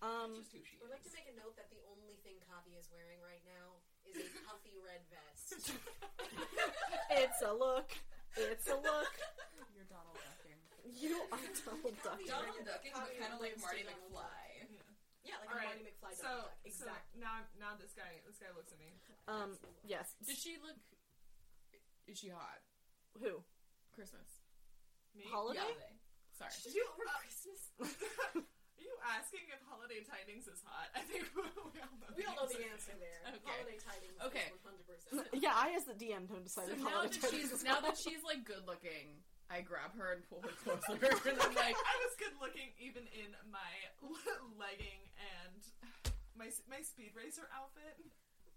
A: Um,
D: Just who she
C: I would like to
D: is.
C: make a note that the only thing Kavi is wearing right now is a puffy red vest.
A: It's a look. It's a look.
G: You're Donald Ducking.
A: You are Donald Duck.
D: Donald Ducking, but
C: Probably
D: kind of like
C: relates to
D: Marty
C: Donald
D: McFly.
E: Yeah.
C: Yeah, like
E: All
C: a
E: right.
C: Marty McFly
E: So,
C: Donald Duck.
E: so
C: Exactly.
E: now, now this guy, this guy looks at me.
A: Um, yes.
G: Does she look? Is she hot?
A: Who?
G: Christmas.
E: Me.
A: Holiday?
D: Yeah, they.
G: Sorry.
C: Did you over Christmas?
E: Are you asking if holiday tidings is hot? I think we all know.
C: We all know the answer there.
E: Okay.
C: Holiday tidings.
G: Okay.
C: One hundred percent.
A: yeah, I as the DM don't
G: So
A: decide if
G: now
A: holiday
G: that
A: tidings is
G: she's now
A: hot.
G: that she's like good looking, I grab her and pull her closer, and I'm like,
E: I was good looking even in my legging and my my speed racer outfit.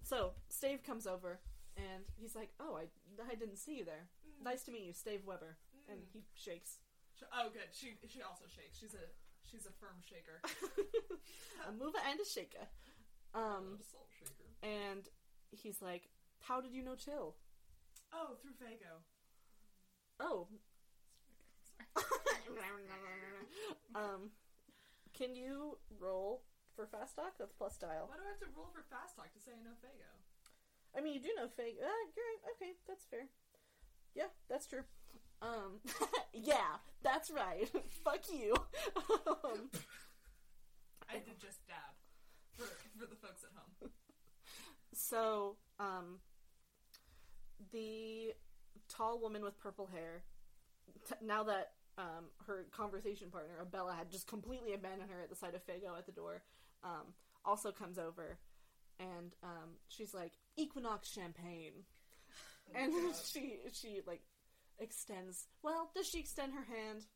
A: So Stave comes over and he's like, "Oh, I I didn't see you there.
E: Mm,
G: Hmm.
A: Nice to meet you, Stave Weber." And he shakes.
E: She- mm. oh, good. She she also shakes. She's a she's a firm shaker.
A: a mover and a shaker. Um,
H: salt shaker.
A: and he's like, "How did you know Till?"
E: Oh, through Fago.
A: Oh. um, can you roll for fast talk? That's plus dial.
E: Why do I have to roll for fast talk to say I know Fago?
A: I mean, you do know fake. Ah, you're okay. That's fair. Yeah, that's true. Um, yeah, that's right. Fuck you. um,
E: I did just dab for for the folks at home.
A: so, um, the tall woman with purple hair. T- now that um, her conversation partner Abella had just completely abandoned her at the sight of Fago at the door, um, also comes over, and um, she's like Equinox champagne, and she she like extends. Well, does she extend her hand?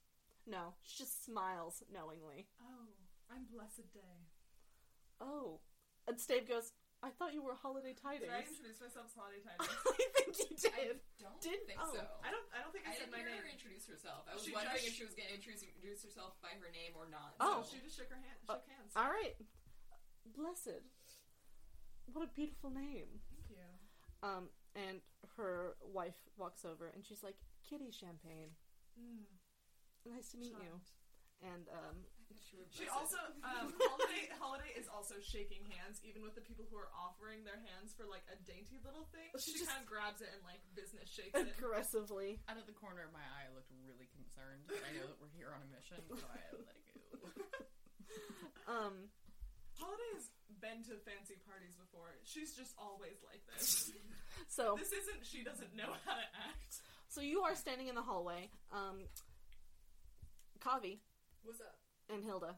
A: No, she just smiles knowingly.
E: Oh, I'm blessed day.
A: Oh, and Stave goes. I thought you were holiday tidings.
E: Did I introduce myself as Holiday Tidings?
A: I think you did.
D: I don't
A: Didn't-
D: think
A: oh.
D: so.
E: I don't I don't think I,
D: I
E: said my
D: didn't hear her
E: name.
D: introduce herself. I was
E: She
D: wondering
E: just-
D: if she was going to introduce, introduce herself by her name or not.
A: Oh.
D: so-
E: She just shook her hand.
A: Uh,
E: Shook hands.
A: All right, blessed. What a beautiful name.
E: Thank you.
A: Um, and her wife walks over and she's like, "Kitty Champagne,
E: Mm,
A: nice to meet you."
E: charmed.
A: And um,
E: She also um, holiday holiday is also shaking hands, even with the people who are offering their hands for like a dainty little thing.
A: She
E: She,
A: just-
E: kind of grabs it and like business shakes it.
A: aggressively,
G: out of the corner of my eye, I looked really concerned. but I know that we're here on a mission, so I like. ew.
A: um,
E: Holiday has been to fancy parties before. She's just always like this.
A: so
E: this isn't she doesn't know how to act.
A: so you are standing in the hallway. Um, Kavi
C: What's up?
A: and Hilda.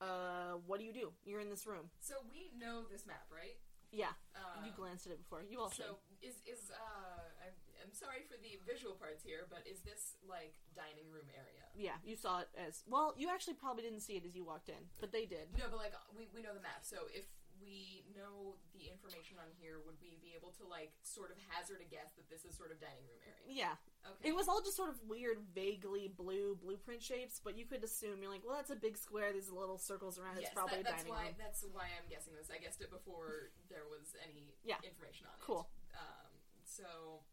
A: Uh, what do you do? You're in this room.
D: So we know this map, right?
A: Yeah,
D: Uh,
A: you glanced at it before. You all should.
D: So is is uh I'm, I'm sorry for the visual parts here, but is this like dining room area?
A: Yeah, you saw it as well. You actually probably didn't see it as you walked in, but they did.
D: No, but like we, we know the map, so if we know the information on here, would we be able to like sort of hazard a guess that this is sort of dining room area?
A: Yeah, It
D: Okay.
A: was all just sort of weird, vaguely blue blueprint shapes, but you could assume you're like, well, that's a big square. These little circles around.
D: yes,
A: it's probably a
D: that, that's
A: dining
D: why
A: room.
D: that's why I'm guessing this. I guessed it before there was any
A: Yeah.
D: information on it.
A: Cool.
D: Um, so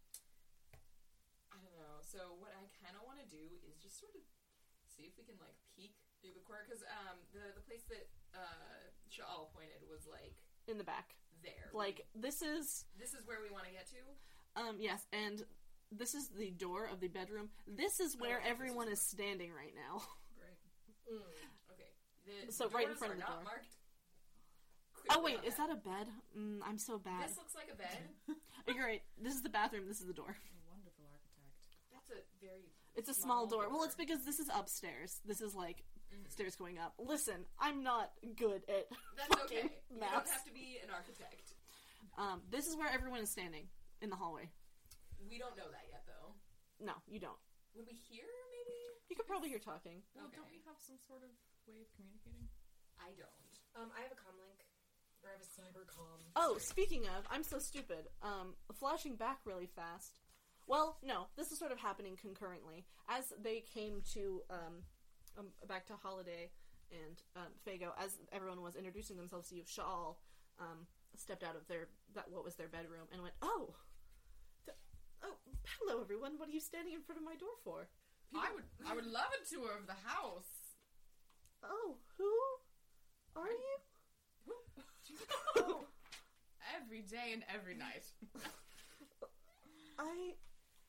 D: I don't know. So what I kind of want to do is just sort of see if we can like peek through the corner because um the the place that uh Shaal pointed was like
A: In the back,
D: there.
A: like this is,
D: this is where we want to get to.
A: um, yes, and this is the door of the bedroom. This is where
D: Oh, this is
A: everyone
D: where-
A: is standing right now.
D: Great.
C: Mm.
D: Okay. The
A: So right in
D: doors
A: front of
D: are
A: the
D: not
A: door.
D: marked
A: Oh
D: clearly
A: wait,
D: on
A: is that a bed? Mm, I'm so bad.
D: This looks like a bed.
A: Oh, you're right. This is the bathroom. This is the door.
G: A wonderful architect.
D: That's a very.
A: It's a small door. Well, it's because this is upstairs. This is like
D: Mhm.
A: stairs going up. Listen, I'm not good at
D: That's
A: fucking
D: okay. You don't
A: maps.
D: have to be an architect.
A: Um, this is where everyone is standing in the hallway.
D: We don't know that yet, though.
A: No, you don't.
D: Would we hear maybe?
A: You could probably hear talking.
G: Well, don't
D: Okay.
G: we have some sort of way of communicating?
D: I don't.
C: Um, I have a comm link, or I have a cyber comm.
A: Oh, speaking of, I'm so stupid. Um, flashing back really fast. Well, no, this is sort of happening concurrently as they came to um, um back to Holiday and um, Fago. As everyone was introducing themselves to you, Shaal um, stepped out of their that what was their bedroom and went, "Oh, th- oh, hello everyone. What are you standing in front of my door for?
G: I would. I would love uh, a tour of the house.
A: Oh, who are you? oh,
G: Every day and every night.
A: I."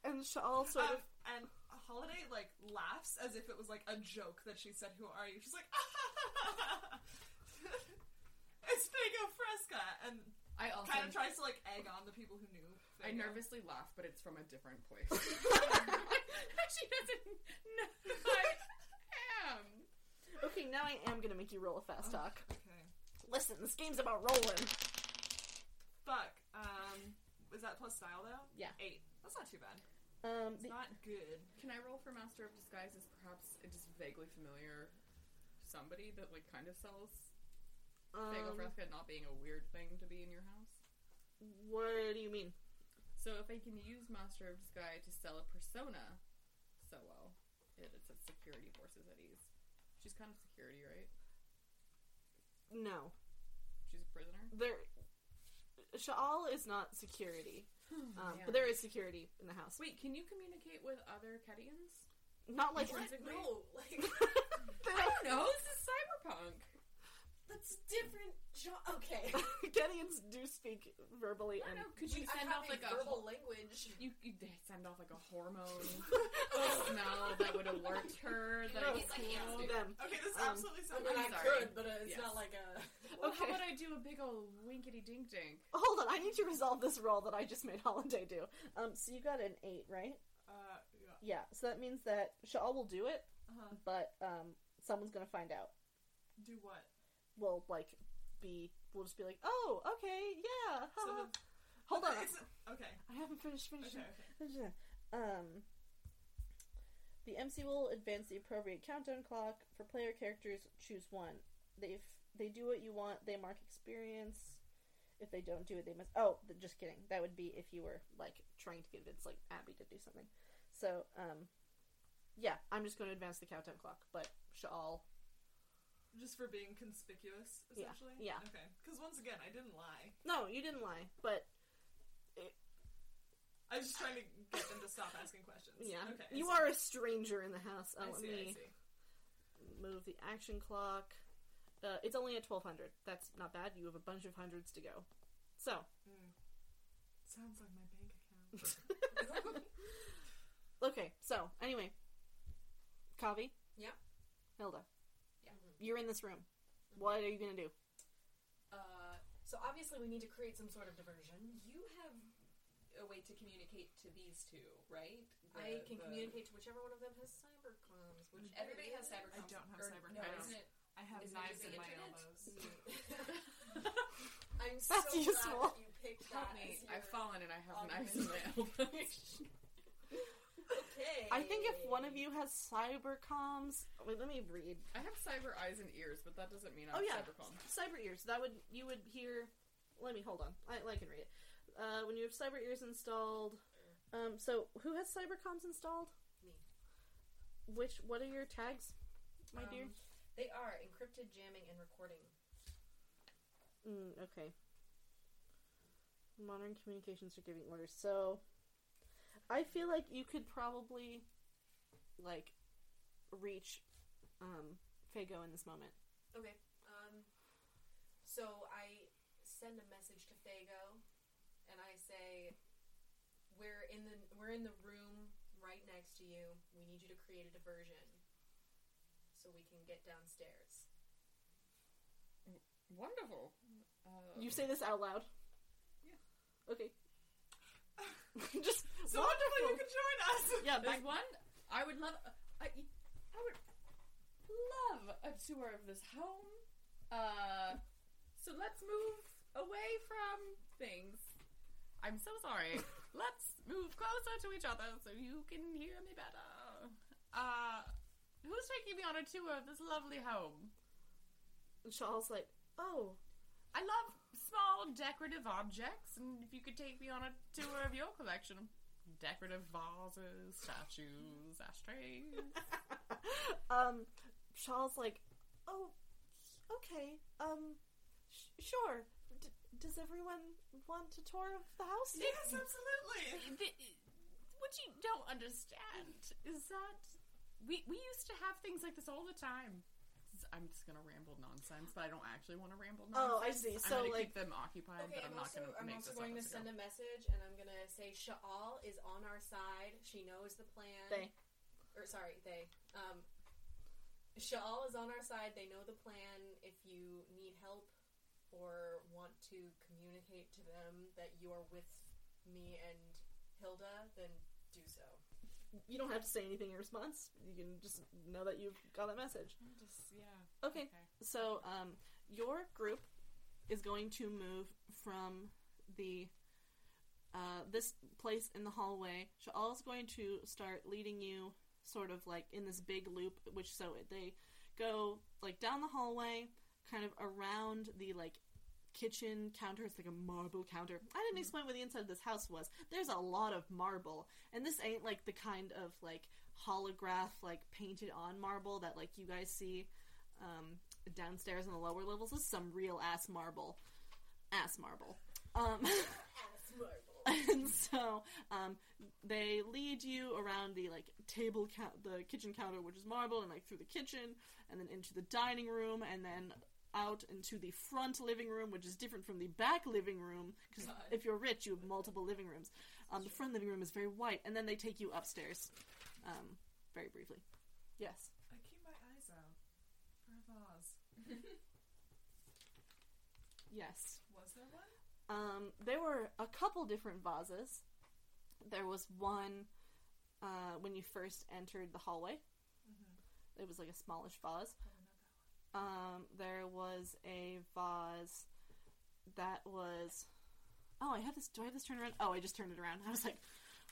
A: And Shaal sort
E: Um,
A: of
E: and Holiday like laughs as if it was like a joke that she said, "Who are you?" She's like, "It's Fago Fresca," and
G: I also.
E: kind of tries to like egg on the people who knew.
G: I
E: Faygo.
G: nervously laugh, but it's from a different place. she doesn't know who I am.
A: Okay, now I am gonna make you roll a fast talk.
E: Okay.
A: Listen, this game's about rolling.
E: Fuck. Um, is that plus style though?
A: Yeah.
E: Eight. That's not too bad.
A: Um,
E: It's
A: the-
E: not good.
G: Can I roll for Master of Disguise as perhaps a just vaguely familiar somebody that like kind of sells
A: um,
G: Fagel Frasca not being a weird thing to be in your house?
A: what do you mean?
G: So if I can use Master of Disguise to sell a persona, so well, it, it says security forces at ease. She's kind of security, right?
A: No,
G: She's a prisoner.
A: there. Shaal is not security, um,
G: Yeah.
A: but there is security in the house.
G: Oh, Wait, can you communicate with other Kedians?
A: Not like
C: What?
G: intrinsically-
C: No, like
G: I don't know. This is cyberpunk.
C: that's different. Jo- okay,
A: Gedians do speak verbally
G: I don't
A: and
G: know. Could you
C: I
G: send
C: have
G: off like a
C: verbal
G: ho-
C: language.
G: you, you they send off like a hormone smell that would alert her that
A: No,
G: it's
D: it's like
G: cool?
D: ants
A: them.
E: Okay, this
A: Um,
E: absolutely
C: I
E: sounds.
C: mean,
G: I'm
C: I
G: sorry.
C: could, but uh, it's
G: Yes.
C: not like a.
G: Well, how
A: Okay.
G: about I do a big old winkety dink dink?
A: Hold on, I need to resolve this roll that I just made Holiday do. Um, so you got an eight, right?
E: Uh, yeah.
A: Yeah. So that means that Shaal will do it,
E: Uh-huh.
A: but um, someone's gonna find out.
E: Do what?
A: We'll like be. We'll just be like, oh, okay, yeah.
E: So
A: haha."
E: the-
A: Hold on,
E: It's- Okay.
A: I haven't finished finishing.
E: Okay. Okay.
A: Um, the MC will advance the appropriate countdown clock. For player characters, choose one. They, if they do what you want, they mark experience. If they don't do it, they must. Oh, th- just kidding. That would be if you were like trying to convince like Abby to do something. So, um, yeah, I'm just going to advance the countdown clock, but Shaal.
E: Just for being conspicuous,
A: Yeah,
E: essentially.
A: yeah.
E: Okay. Because once again, I didn't lie.
A: No, you didn't lie, but
E: I was just trying to get them to stop asking questions.
A: yeah,
E: Okay. I
A: you
E: see.
A: are a stranger in the house. Oh,
E: I
A: let
E: see.
A: me
E: I see.
A: move the action clock. Uh, it's only at 1200. That's not bad. You have a bunch of hundreds to go. So,
E: Mm. Sounds like my bank account.
A: okay, so, anyway. Kavi?
C: Yeah.
A: Hilda?
D: Yeah.
A: You're in this room. What are you gonna do?
D: Uh,
C: So obviously, we need to create some sort of diversion.
D: you have a way to communicate to these two, right?
C: I
D: The-
C: can
D: the-
C: communicate to whichever one of them has cybercoms. Which
D: Everybody has cyber.
E: I don't have
D: or,
E: cyber
D: No,
G: comms.
D: isn't it?
E: I have
D: Is it
E: knives in
D: using
E: my
D: internet?
E: elbows.
C: I'm so
A: That's
C: glad
A: useful.
C: that you picked
G: Help
C: that
G: me!
C: as
G: I've
C: your-
G: fallen and I have knives in
C: augment.
G: my elbows.
C: Okay.
A: I think if one of you has cyber comms. Wait, let me read.
G: I have cyber eyes and ears, but that doesn't mean
A: Oh,
G: I'm
A: yeah.
G: cybercom.
A: Cyber ears. That would. You would hear. Let me hold on. I, I can read it. Uh, when you have cyber ears installed. Um, so, who has cyber comms installed?
C: Me.
A: Which. What are your tags, my
C: Um,
A: dear?
C: they are encrypted, jamming, and recording.
A: Mm, okay. Modern communications are giving orders. So, I feel like you could probably, like, reach, um, Fago in this moment.
C: Okay. Um, so I send a message to Fago, and I say, "We're in the we're in the room right next to you. We need you to create a diversion, so we can get downstairs."
G: Wonderful. Uh,
A: You say this out loud.
G: Yeah.
A: Okay. Just
E: So wonderful you
A: wonderful.
E: can join us.
A: Yeah,
G: There's
A: back,
G: one. I would love. I, I would love a tour of this home. Uh, so let's move away from things. I'm so sorry. let's move closer to each other so you can hear me better. Uh, who's taking me on a tour of this lovely home?
A: Shaw's like, oh,
G: I love small decorative objects, and if you could take me on a tour of your collection of decorative vases, statues, ashtrays.
A: um, Shaw's like, oh, okay, um, sh- sure. D- does everyone want a tour of the house?
E: Yes, absolutely.
G: the, what you don't understand is that we we used to have things like this all the time. This is- I'm just gonna ramble nonsense, but I don't actually want to ramble
A: Oh,
G: nonsense.
A: I see. So,
G: I'm gonna
A: like-
G: keep them occupied,
C: Okay,
G: but I'm,
C: I'm,
G: not
C: also,
G: gonna
C: I'm
G: make
C: also
G: this
C: going
G: up
C: to
G: as we go.
C: send a message, and I'm going to say Sha'al is on our side. She knows the plan.
A: They.
C: Or, sorry, they. Um, Sha'al is on our side. They know the plan. If you need help or want to communicate to them that you are with me and Hilda, then do so.
A: you don't have to say anything in response. You can just know that you've got that message.
G: Just, yeah.
A: Okay. So, um, your group is going to move from the uh, this place in the hallway. Sha'al's going to start leading you sort of like in this big loop, which so they go like down the hallway, kind of around the like kitchen counter. It's like a marble counter. I
G: Mm-hmm.
A: didn't explain what the inside of this house was. There's a lot of marble, and this ain't like the kind of like holograph like painted on marble that like you guys see um, downstairs in the lower levels is some real ass marble. Ass marble. Um,
C: Ass marble.
A: and so um, they lead you around the like table, cou the kitchen counter, which is marble, and like through the kitchen, and then into the dining room, and then out into the front living room, which is different from the back living room. Because
D: God.
A: if you're rich, you have multiple living rooms. Um, the front living room is very white, and then they take you upstairs. Um, very briefly. Yes.
E: I keep my eyes out for a vase.
A: Yes.
E: Was there one?
A: Um, there were a couple different vases. There was one uh, when you first entered the hallway. It was like a smallish vase. Um, there was a vase that was. Oh, I have this. Do I have this turned around? Oh, I just turned it around. I was like,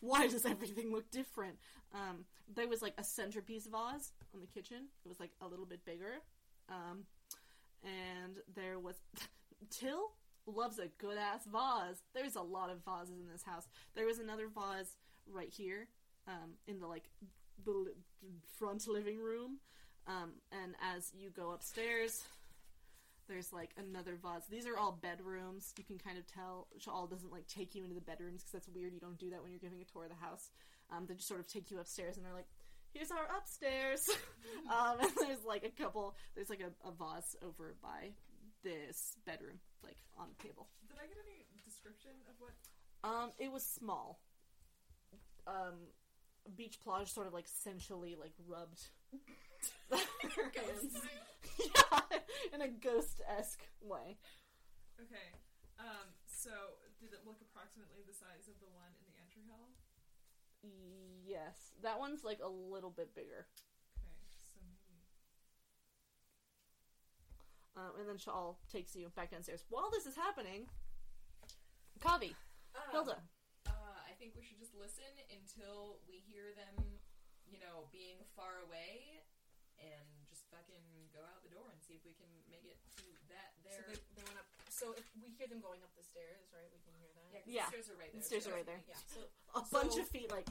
A: why does everything look different? Um, there was like a centerpiece vase on the kitchen. It was like a little bit bigger. Um, and there was Till loves a good ass vase. There's a lot of vases in this house. There was another vase right here, um, in the like the li- front living room. Um, and as you go upstairs, there's like another vase. These are all bedrooms. You can kind of tell. Shawl doesn't like take you into the bedrooms because that's weird. You don't do that when you're giving a tour of the house. Um, they just sort of take you upstairs and they're like, here's our upstairs. um, and there's like a couple, there's like a, a vase over by this bedroom, like on the table.
E: Did I get any description of what?
A: Um, it was small. Um, beach plage sort of like sensually like rubbed.
D: Ghost.
A: yeah, in a ghost esque way.
E: Okay. Um, so did it look approximately the size of the one in the entry hall?
A: Yes, that one's like a little bit bigger.
E: Okay, so maybe.
A: Um, and then Shawl takes you back downstairs. While this is happening, Kavi,
D: Um,
A: Hilda,
D: Uh, I think we should just listen until we hear them, you know, being far away, and just fucking go out the door and see if we can make it to that
C: So
D: there.
C: they, they went up. So if we hear them going up the stairs, right? We can hear that.
A: Yeah.
D: yeah, 'cause the stairs are right
A: the
D: there.
A: stairs
D: so-
A: are right there.
C: Yeah. So
A: A
C: So-
A: bunch of feet, like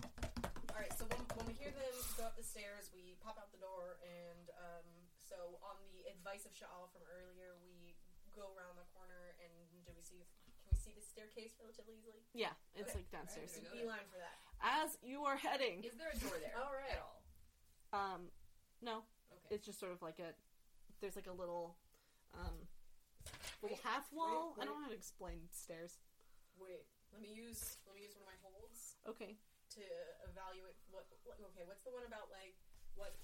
C: all right. So when, when we hear them go up the stairs, we pop out the door, and um, so on the advice of Shaal from earlier, we go around the corner, and do we see? Can we see the staircase relatively easily?
A: yeah, it's
C: Okay.
A: like downstairs.
D: Alright,
C: So
D: There we go.
C: beeline for that.
A: As you are heading,
D: Is there a door there?
C: All right.
D: At all?
A: um, no,
D: Okay.
A: it's just sort of like a there's like a little um little
C: Wait,
A: half wall.
C: wait,
A: I don't know how to explain stairs.
C: Wait. Let me use. Let me use one of my holds
A: Okay.
C: to evaluate what. what okay. What's the one about like what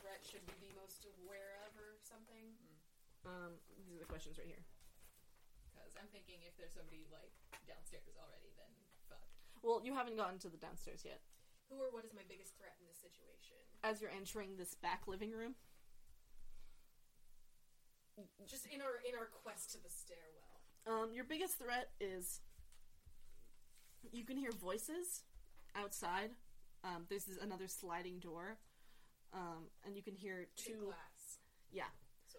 C: threat should we be most aware of or something?
A: Um these are the questions right here.
D: Because I'm thinking if there's somebody like downstairs already, then fuck.
A: Well, you haven't gotten to the downstairs yet.
C: Who or what is my biggest threat in this situation?
A: As you're entering this back living room,
C: Just in our in our quest to the stairwell.
A: um your biggest threat is you can hear voices outside. Um this is another sliding door. Um and you can hear
C: Is it
A: two
C: glass.
A: yeah.
C: So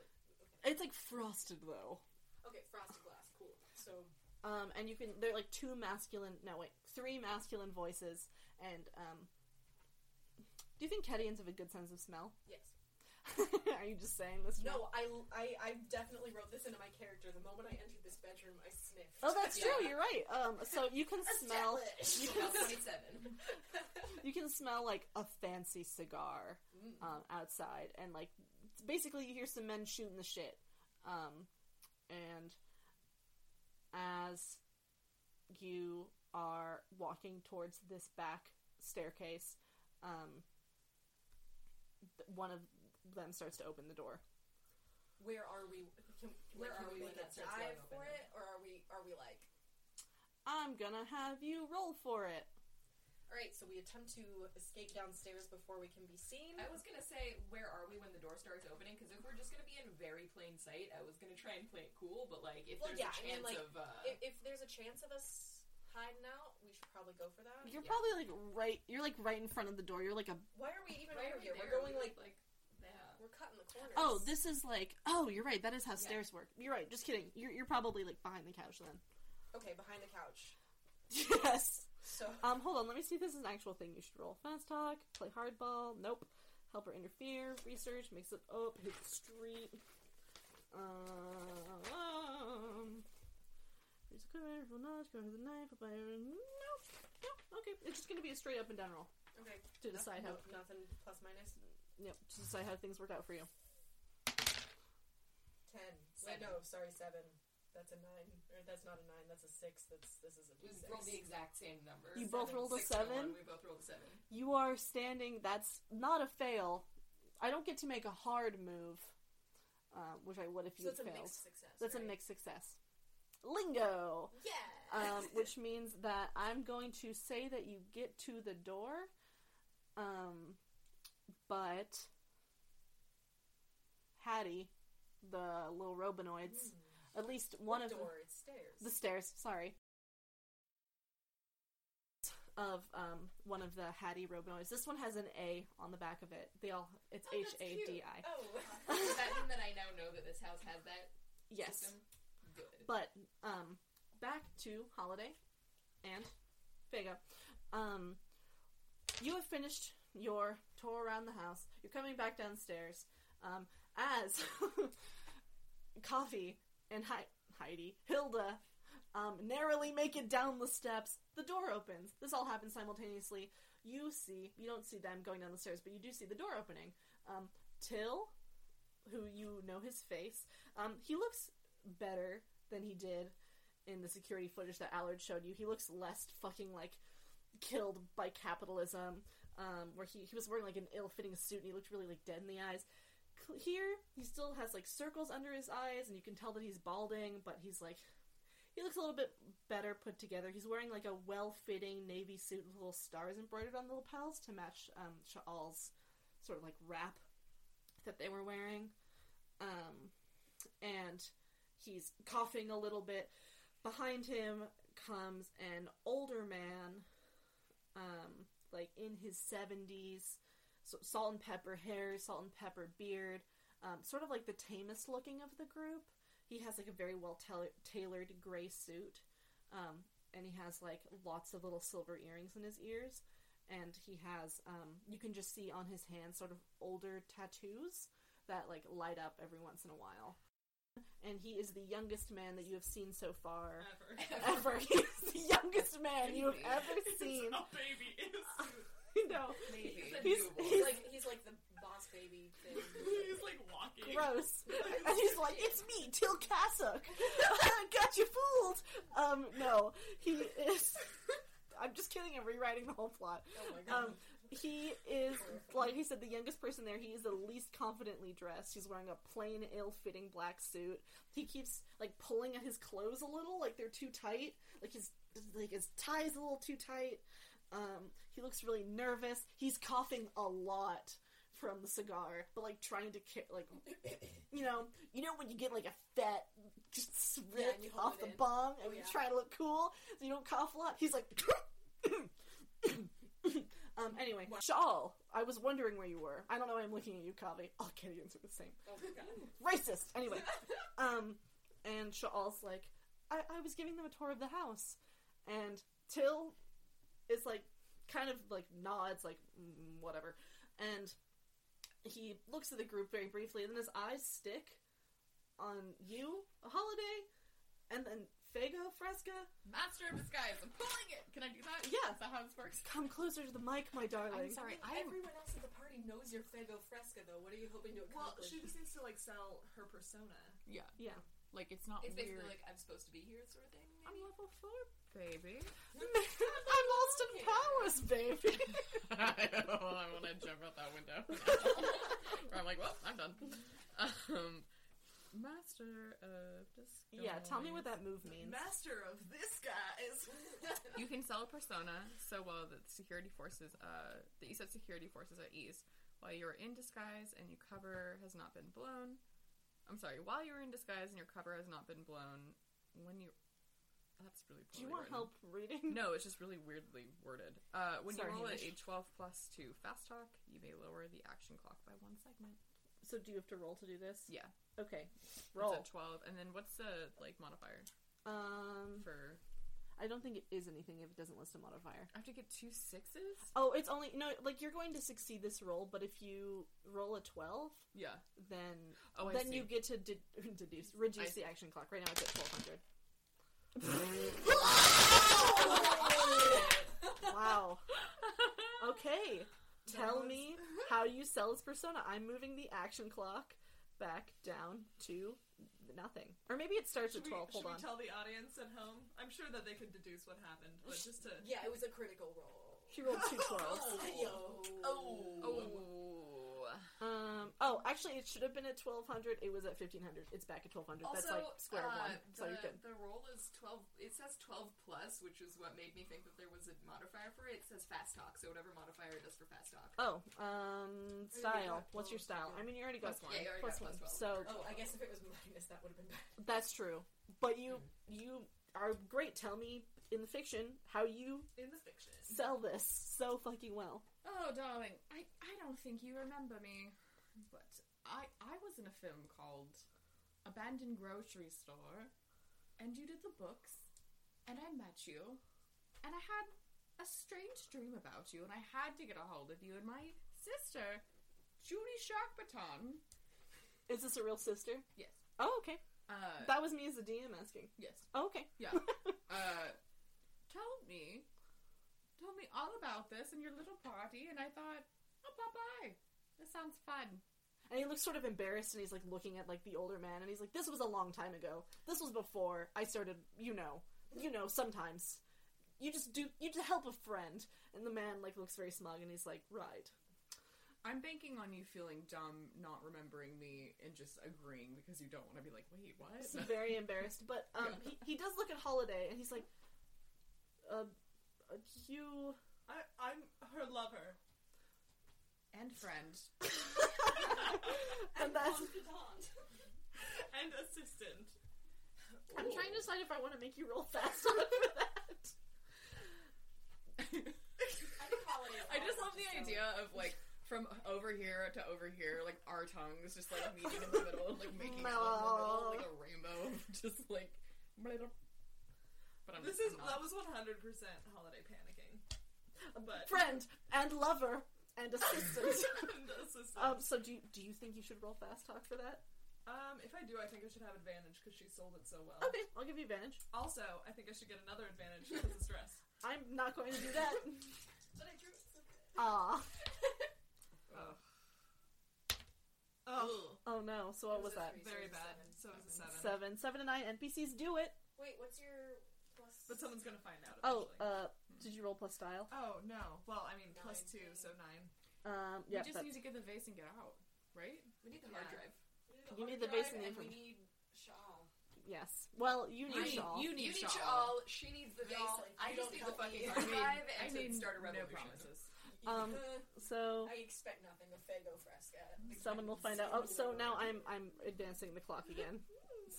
C: okay.
A: It's like frosted though.
C: Okay, frosted glass, cool. So
A: Um, and you can they're like two masculine no wait three masculine voices and um, do you think Kedians have a good sense of smell?
C: yes.
A: Are you just saying this? now?
C: No, I, I I definitely wrote this into my character. The moment I entered this bedroom, I sniffed.
A: Oh, that's
D: Yeah.
A: true. You're right. Um, so you can smell
C: Established.
A: you
D: About
A: can
D: 27.
A: you can smell like a fancy cigar
C: Mm.
A: um, outside, and like basically you hear some men shooting the shit. Um, and as you are walking towards this back staircase, um, th- one of them starts to open the door.
C: Where are we? Can,
D: Where
C: like, can
D: are we
C: we
D: when
C: make a
D: that starts going
C: dive
D: open
C: for
D: then?
C: it, or are we are we like
A: I'm gonna have you roll for it.
C: All right, so we attempt to escape downstairs before we can be seen.
D: I was gonna say, where are we when the door starts opening? Because if we're just gonna be in very plain sight, I was gonna try and play it cool. But like, if
C: Well,
D: there's
C: yeah,
D: a
C: I mean,
D: chance
C: like,
D: of uh,
C: If, if there's a chance of us hiding out, we should probably go for that.
A: You're
D: Yeah.
A: probably like right. You're like right in front of the door. You're like a
C: Why are we even
D: Why
C: over
D: are we
C: here?
D: there?
C: We're going
D: We
C: like
D: look yeah.
C: we're cutting the corners.
A: oh, this is like oh, you're right. That is how
D: Yeah.
A: stairs work. You're right. Just kidding. You're you're probably like behind the couch then.
C: Okay, behind the couch.
A: yes.
C: So
A: Um, hold on. Let me see if this is an actual thing. You should roll fast talk, play hardball. Nope. Help or interfere. Research makes it up. Hit the street. Um. Use a cover, roll knowledge, go to the knife, apply- Nope. Nope. Okay. It's just gonna be a straight up and down roll
C: okay,
A: to decide how.
C: no- nothing plus minus
A: Yep. To decide how things work out for you.
C: ten.
D: Seven.
C: Wait, no, sorry, seven. That's a nine. Or that's not a nine. That's a six. That's this is a
D: We
C: six.
D: rolled the exact same number.
A: You both rolled a
D: Six and
A: seven?
D: one. We both rolled a seven.
A: You are standing. That's not a fail. I don't get to make a hard move, uh, which I would if you
C: so
A: had
C: it's a
A: failed.
C: mixed success.
A: That's a
C: right?
A: mixed success. Lingo!
C: Yeah.
A: Um, which means that I'm going to say that you get to the door, um, but Hattie, the little robinoids, at least one
C: What
A: of
C: door? It's stairs.
A: the stairs, sorry, of um, one of the Hattie robinoids. This one has an A on the back of it. They all, it's
C: Oh,
A: H
C: that's
A: A
C: cute.
A: D I.
C: Oh,
D: Does that mean that I now know that this house has that
A: Yes.
D: system? Good.
A: But um, back to Holiday and Vega. Um, you have finished your tour around the house. You're coming back downstairs um, as Coffee and Hei- Heidi, Hilda, um, narrowly make it down the steps. The door opens. This all happens simultaneously. You see, you don't see them going down the stairs, but you do see the door opening. Um, Till, who you know his face, um, he looks better than he did in the security footage that Allard showed you. He looks less fucking like killed by capitalism. Um, where he, he was wearing like an ill-fitting suit and he looked really like dead in the eyes. Cl- Here he still has like circles under his eyes and you can tell that he's balding, but he's like he looks a little bit better put together. He's wearing like a well-fitting navy suit with little stars embroidered on the lapels to match um, Sha'al's sort of like wrap that they were wearing. Um, and he's coughing a little bit. Behind him comes an older man, um, like in his 70s, so salt and pepper hair, salt and pepper beard, um, sort of like the tamest looking of the group. He has like a very well tail- tailored gray suit, um, and he has like lots of little silver earrings in his ears. And he has, um, you can just see on his hands sort of older tattoos that like light up every once in a while and he is the youngest man that you have seen so far.
E: Ever.
A: Ever. He is the youngest man you have ever seen.
E: A baby in a suit.
A: You know,
D: Maybe.
A: he's,
C: He's
A: he's
C: like he's like the boss baby thing.
A: Oh
E: He's like walking.
A: gross. And
D: Oh
A: he's like, it's me, Till Cassock. Got you fooled. Um, no, he is. I'm just kidding. I'm rewriting the whole plot.
C: Oh my god.
A: Um, he is, like he said, the youngest person there. He is the least confidently dressed. He's wearing a plain, ill-fitting black suit. He keeps like pulling at his clothes a little, like they're too tight. Like his like his tie's a little too tight. Um, he looks really nervous. He's coughing a lot from the cigar, but like trying to ki- like you know you know when you get like a fat just
C: Yeah,
A: rip
C: and you hold
A: off
C: it
A: the
C: in.
A: bong and
C: Oh,
A: you
C: yeah.
A: try to look cool so you don't cough a lot. He's like. Um, anyway, Shawl, I was wondering where you were. I don't know why I'm looking at you, Kavi. All Canadians are the same.
C: oh my god.
A: Racist! Anyway. um, and Sha'al's like, I-, I was giving them a tour of the house. And Till is like, kind of like nods, like, mm, whatever. And he looks at the group very briefly, and then his eyes stick on you, a holiday, and then Fago Fresca.
H: Master of disguise. I'm pulling it. Can I do that?
A: Yeah.
H: Is that how this works?
A: Come closer to the mic, my darling.
H: I'm sorry.
C: I
H: I am.
C: mean, everyone else at the party knows your Fego Fresca, though. What are you hoping to
E: Well,
C: accomplish?
E: she just needs to like sell her persona.
H: Yeah.
A: Yeah.
H: Like it's not
D: It's
H: weird.
D: basically like I'm supposed to be here, sort of thing.
A: I'm
D: Maybe?
A: level four,
H: Baby.
A: I'm Austin Powers, baby.
H: I don't want to jump out that window. Where I'm like, well, I'm done. Um, master of disguise.
A: yeah, tell me what that move means.
E: Master of this guy's.
H: you can sell a persona so well that the security forces, uh, that you set security forces at ease while you are in disguise and your cover has not been blown. I'm sorry, while you are in disguise and your cover has not been blown. When you, that's really.
A: Do you
H: poorly
A: want
H: written.
A: help reading?
H: No, it's just really weirdly worded. Uh, when
A: Sorry,
H: you roll at a
A: Hamish.
H: 12 plus to fast talk, you may lower the action clock by one segment.
A: So do you have to roll to do this?
H: Yeah,
A: Okay. Roll.
H: It's at 12, and then what's the like modifier
A: Um,
H: for?
A: I don't think it is anything if it doesn't list a modifier.
H: I have to get two sixes.
A: Oh, it's only no. Like you're going to succeed this roll, but if you roll a twelve,
H: Yeah.
A: then
H: Oh, I
A: then
H: see.
A: you get to de- deduce reduce
H: see.
A: the action clock. Right now it's at twelve hundred. wow. Okay. Tell me how you sell this persona. I'm moving the action clock back down to nothing, or maybe it starts
E: Should
A: at
E: we,
A: twelve.
E: should
A: Hold
E: we
A: on.
E: tell the audience at home? I'm sure that they could deduce what happened, but just to
C: Yeah, it was a critical roll.
A: She rolled two twelves.
C: Yo.
E: Oh.
H: Oh.
A: Um. Oh, actually, it should have been at twelve hundred. It was at fifteen hundred. It's back at twelve hundred. That's like square
D: uh,
A: one.
D: The,
A: So you're good.
D: the roll is 12. It says 12 plus, which is what made me think that there was a modifier for it. It says fast talk, so whatever modifier it does for fast talk.
A: Oh, um, style. What's your style? I mean, you already got
H: Plus one.
D: Yeah, you
A: plus
D: already got
A: one.
D: plus
A: So
C: Oh, I guess if it was minus, that would have been bad.
A: that's true. But you, you are great. Tell me in the fiction how you
D: In the fiction.
A: sell this so fucking well.
H: Oh, darling, I, I don't think you remember me, but I I was in a film called Abandoned Grocery Store, and you did the books, and I met you, and I had a strange dream about you, and I had to get a hold of you, and my sister, Judy Sharkbaton,
A: Is this a real sister?
H: yes,
A: Oh, okay.
H: uh,
A: That was me as a DM asking.
H: yes,
A: Oh, okay.
H: Yeah. uh, told me, told me all about this and your little party, and I thought, oh, bye bye. This sounds fun.
A: And he looks sort of embarrassed, and he's like looking at like the older man, and he's like, "This was a long time ago. This was before I started. You know, you know. Sometimes you just do. You just help a friend." And the man like looks very smug, and he's like, "Right."
H: I'm banking on you feeling dumb, not remembering me, and just agreeing because you don't want to be like, wait, what?
A: He's very embarrassed, but um, he, he does look at Holiday, and he's like, "Uh, uh, you."
E: I, I'm her lover.
H: and friend.
A: and that's.
E: and assistant.
A: I'm trying to decide if I want to make you roll fast enough for that.
H: I just love the idea of like from over here to over here, like our tongues just like meeting in the middle, and, like making out in the middle, like a rainbow, of just like. But I'm
E: This is
H: not.
E: that was 100% holiday panicking. But
A: Friend and lover and assistant.
E: and assistant.
A: um, so do you, do you think you should roll fast talk for that?
E: Um, if I do, I think I should have advantage because she sold it so well.
A: Okay, I'll give you advantage.
E: Also, I think I should get another advantage because it's dress.
A: I'm not going to do that.
D: But I drew it so good.
A: Ah,
E: Oh,
A: oh no. So what was that?
E: very bad. So it was a
A: Seven,
E: seven.
A: seven to nine NPCs do it.
C: Wait, what's your plus?
E: But someone's gonna find out.
A: Oh,
E: eventually.
A: uh, did you roll plus style?
E: oh no. Well, I mean, plus
C: Nine.
E: two, so nine.
A: Um,
H: We
A: yeah,
H: just
A: that's-
H: need to get the vase and get out, right?
D: We need the hard
C: Yeah.
D: drive.
A: you need the base and the
C: and we
A: inform-
C: need shawl.
A: Yes. Well, you need
H: I-
A: shawl.
H: you
D: You
H: need
D: need
H: shawl.
D: y'all. She needs the vase.
C: Y'all, if
D: I
C: you
D: just
C: don't
D: need the
C: help me-
D: fucking
H: I
D: hard
H: mean-
D: drive and
H: I
D: to
H: mean,
D: start a
H: no
D: revolution.
H: promises.
A: Um, so
C: I expect nothing of Fago Fresca.
A: someone will find out. Oh, so now I'm I'm advancing the clock again.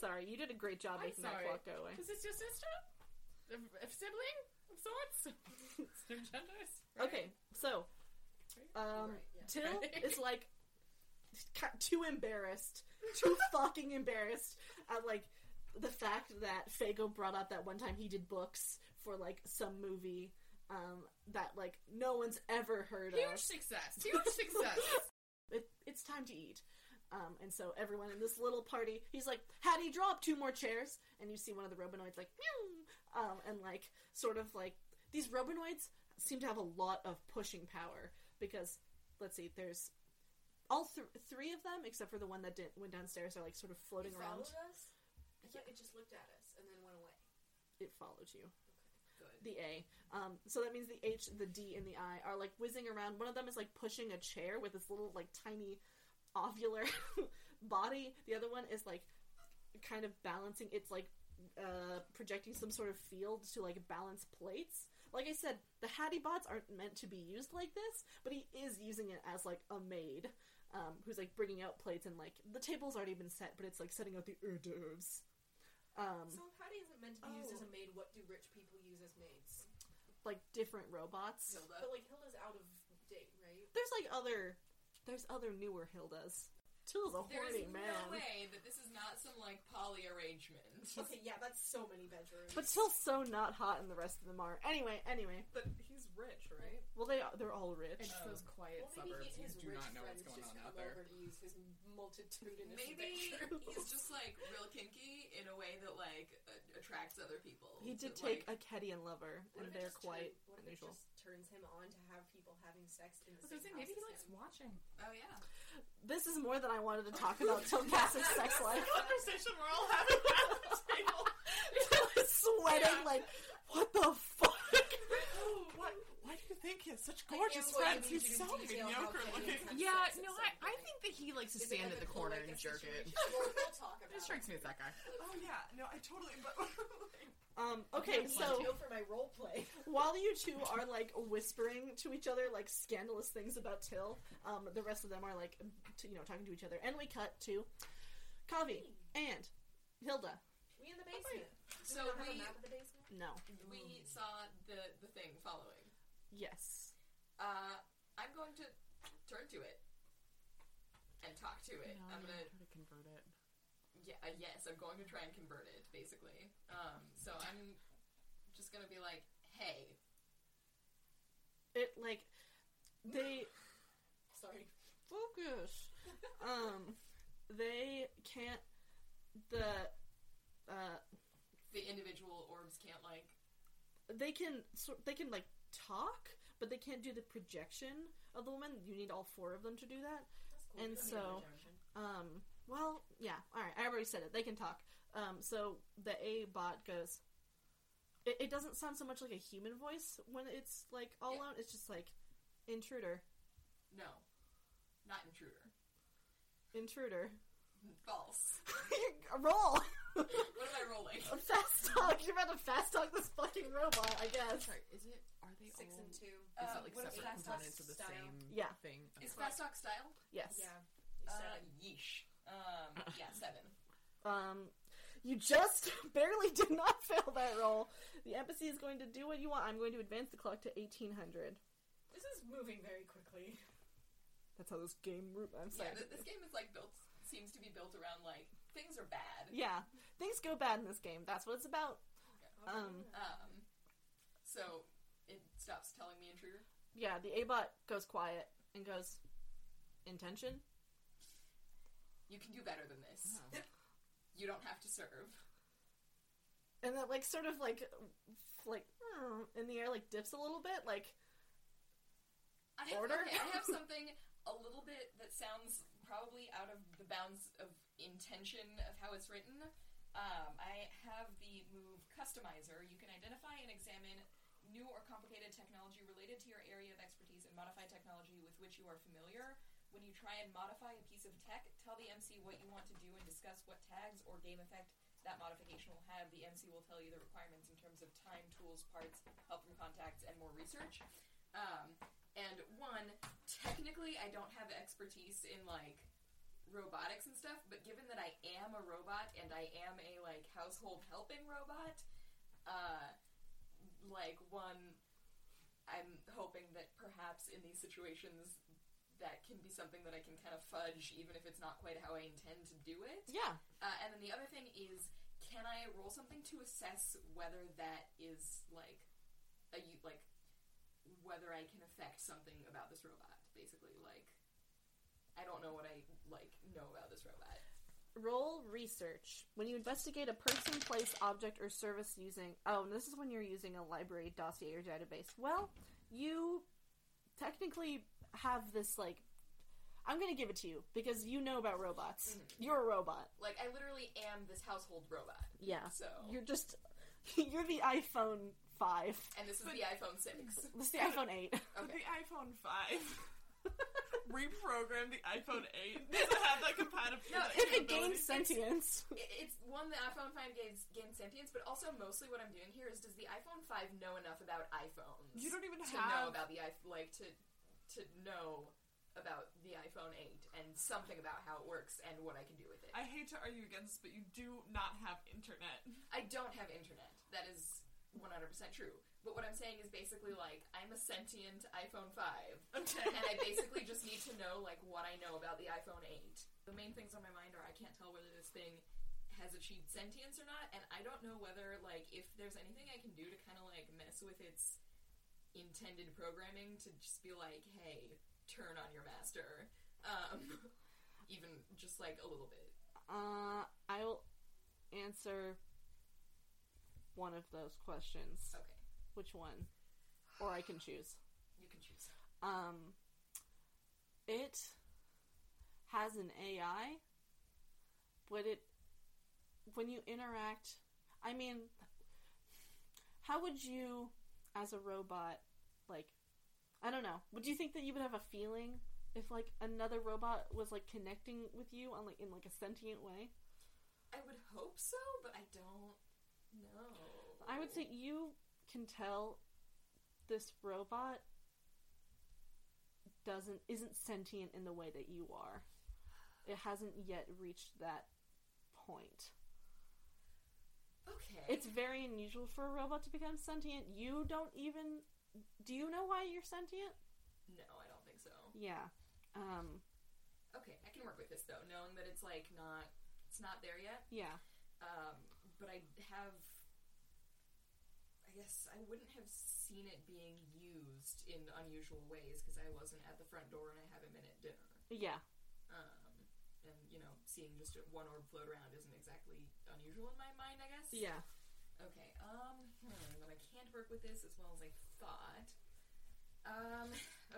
A: Sorry, you did a great job
H: I'm
A: making
H: sorry.
A: that clock go away.
H: Because it's your sister? A, a sibling of sorts? Same genders?
A: Okay, so um,
C: Right, yeah.
A: Till
H: Right.
A: is like ca- too embarrassed, too fucking embarrassed at like the fact that Fago brought up that one time he did books for like some movie um, that like no one's ever heard of.
H: Huge success. Huge success.
A: it, it's time to eat. Um, and so everyone in this little party, he's like, Hattie, draw up two more chairs. And you see one of the Robonoids like, meow, um, and like, sort of like, these Robonoids seem to have a lot of pushing power because, let's see, there's all th- three of them, except for the one that did- went downstairs, are like sort of floating
C: It
A: around.
C: followed us? I thought it just looked at us and then went away.
A: It follows you.
C: Good.
A: the A. Um, so that means the H, the D, and the I are like whizzing around. One of them is like pushing a chair with this little like tiny ovular body. The other one is like kind of balancing its like uh, projecting some sort of field to like balance plates. Like I said, the Hattie bots aren't meant to be used like this, but he is using it as like a maid um, who's like bringing out plates and like the table's already been set, but it's like setting out the hors d'oeuvres. Um,
C: So if Hattie isn't meant to be used as
A: Oh.
C: a maid, what do rich people use as maids?
A: like different robots.
D: Hilda.
C: But like Hilda's out of date, right?
A: There's like other, there's other newer Hildas. Tilla's a
D: There
A: horny
D: is
A: man.
D: no way that this is not some like poly arrangement.
C: Okay, yeah, that's so many bedrooms.
A: But Till's so not hot, and the rest of them are. Anyway, anyway.
E: But he's rich, right?
A: Well, they they're all rich.
H: It's
E: Oh.
H: those quiet
C: well, maybe
H: suburbs.
C: he,
H: You
C: his
H: do
C: rich
H: not know what's
C: friends
H: going
C: just
H: on
C: come
H: out there.
C: over to use his multitudinous
D: Maybe
C: bedrooms.
D: he's just like real kinky in a way that like a- attracts other people.
A: He did
D: That,
A: take a
D: like,
A: Kedian lover,
C: What
A: and
C: if it
A: they're
C: just
A: quite
C: turn- what if
A: unusual.
C: It just turns him on to have people having sex in the
H: So I was saying,
C: same
H: maybe he likes
C: house as
H: watching.
C: him.
D: oh yeah.
A: This is more than I wanted to talk about till Cass's sex life.
E: Conversation we're all having around the table.
A: Sweating like, what the fuck?
E: what? Why do you think he has such
C: I am
E: gorgeous
C: going to
E: friends
C: need
E: who's
C: you to
E: so
C: detail how
E: mediocre
C: Kevin
E: looking?
C: has
H: Yeah,
C: sex at
H: no,
C: some
H: I, I
C: point.
H: think that he likes to
C: Is it
H: stand
C: like
H: at
C: a
H: the corner
C: Kolek
H: and jerk it.
C: situation? We'll, we'll talk about
H: It strikes me as that guy.
E: Oh yeah, no, I totally. But
A: Um, okay,
C: it.
A: so
C: Go for my role play.
A: while you two are like whispering to each other like scandalous things about Till, um, the rest of them are like, t- you know, talking to each other. And we cut to Kavi and Hilda.
C: We in the basement. Do
D: So
C: we not have
D: we
C: a map of the basement.
A: No.
H: Oh.
D: we saw the the thing following.
A: Yes.
D: Uh, I'm going to turn to it and talk to it. I'm gonna
H: try to convert it.
D: yeah, uh, yes, I'm going to try and convert it, basically. Um, so I'm just gonna be like, hey,
A: It like, they.
C: Sorry.
A: focus. um, they can't. The uh,
D: the individual orbs can't like.
A: they can sor- they can like talk, but they can't do the projection of the woman. You need all four of them to do that.
C: That's cool.
A: And
C: We don't need
A: so-
C: a rejection.
A: Um, well, yeah. All right, I already said it. They can talk. Um, so the A bot goes. It, it doesn't sound so much like a human voice when it's like all
D: Yeah.
A: out. It's just like intruder,
D: No, not intruder.
A: intruder.
D: False.
A: Roll
D: what am I rolling?
A: fast talk. You're about to fast talk this fucking robot, I guess.
H: Sorry, is it? Are they
C: six
H: all?
C: and two.
H: Is
D: Uh,
H: it like
D: what is
H: separate
D: fast talk
H: components of the
C: style?
H: same
A: Yeah.
H: thing?
D: Is
H: Okay.
D: fast talk style?
A: Yes.
C: Yeah.
D: Uh,
C: Seven.
D: yeesh. Um, yeah, seven.
A: Um, you just barely did not fail that roll. The embassy is going to do what you want. I'm going to advance the clock to 1800.
C: This is moving very quickly.
A: That's how this game. ro- I'm sorry.
D: Yeah, th- this game is like built seems to be built around like things are bad.
A: Yeah, things go bad in this game. That's what it's about. Um,
D: Um, so it stops telling me intruder.
A: Yeah, the Abot goes quiet and goes, intention.
D: You can do better than this.
H: Oh.
D: You don't have to serve.
A: and that like sort of like f- like hmm, in the air like dips a little bit like
D: I have,
A: Order?
D: Okay, I have something a little bit that sounds probably out of the bounds of intention of how it's written. Um, I have the move customizer. You can identify and examine new or complicated technology related to your area of expertise and modify technology with which you are familiar. When you try and modify a piece of tech, tell the MC what you want to do and discuss what tags or game effect that modification will have. The MC will tell you the requirements in terms of time, tools, parts, help from contacts, and more research. Um, and one, technically, I don't have expertise in like robotics and stuff, but given that I am a robot and I am a like household helping robot, uh, like one, I'm hoping that perhaps in these situations that can be something that I can kind of fudge, even if it's not quite how I intend to do it.
A: yeah
D: Uh, and then the other thing is, can I roll something to assess whether that is like a u- like whether I can affect something about this robot? Basically, like I don't know what I like know about this robot.
A: roll research when you investigate a person place object or service using oh and this is when you're using a library dossier or database well you technically have this like i'm gonna give it to you because you know about robots you're a robot
D: Like I literally am this household robot.
A: yeah
D: So
A: you're just you're the iphone 5
D: and this is the iPhone six.
A: this is the iphone 8
D: Okay.
E: The iPhone five reprogram the iPhone 8? Does it have that compatibility?
D: No,
A: If it
E: capability?
A: gains sentience.
D: It- It's one the iPhone 5 gains, gains sentience, but also mostly what I'm doing here is does the iPhone 5 know enough about iPhones?
E: You don't even
D: to
E: have.
D: know about the iPhone, like to to know about the iPhone 8 and something about how it works and what I can do with it.
E: I hate to argue against this, but you do not have internet.
D: I don't have internet. That is 100% true. But what I'm saying is basically like I'm a sentient iPhone 5
E: Okay.
D: and I basically just need to know like what I know about the iPhone 8. The main things on my mind are I can't tell whether this thing has achieved sentience or not and I don't know whether like if there's anything I can do to kind of like mess with its intended programming to just be like, "Hey, turn on your master." Um even just like a little bit.
A: Uh, I'll answer one of those questions.
D: Okay.
A: Which one? Or I can choose.
D: You can choose.
A: Um, it has an AI, but it when you interact, I mean, how would you, as a robot, like, I don't know, would you think that you would have a feeling if like another robot was like connecting with you on like in like a sentient way?
D: I would hope so, but I don't know.
A: I would say you can tell this robot doesn't isn't sentient in the way that you are. It hasn't yet reached that point.
D: Okay.
A: It's very unusual for a robot to become sentient. You don't even do you know why you're sentient?
D: no, I don't think so.
A: Yeah. Um
D: Okay, I can work with this though, knowing that it's like not it's not there yet.
A: yeah.
D: Um, but I have I guess I wouldn't have seen it being used in unusual ways because I wasn't at the front door and I haven't been at dinner.
A: Yeah.
D: Um, and you know, seeing just one orb float around isn't exactly unusual in my mind, I guess.
A: Yeah.
D: Okay, um, hmm, then I can't work with this as well as I thought. Um,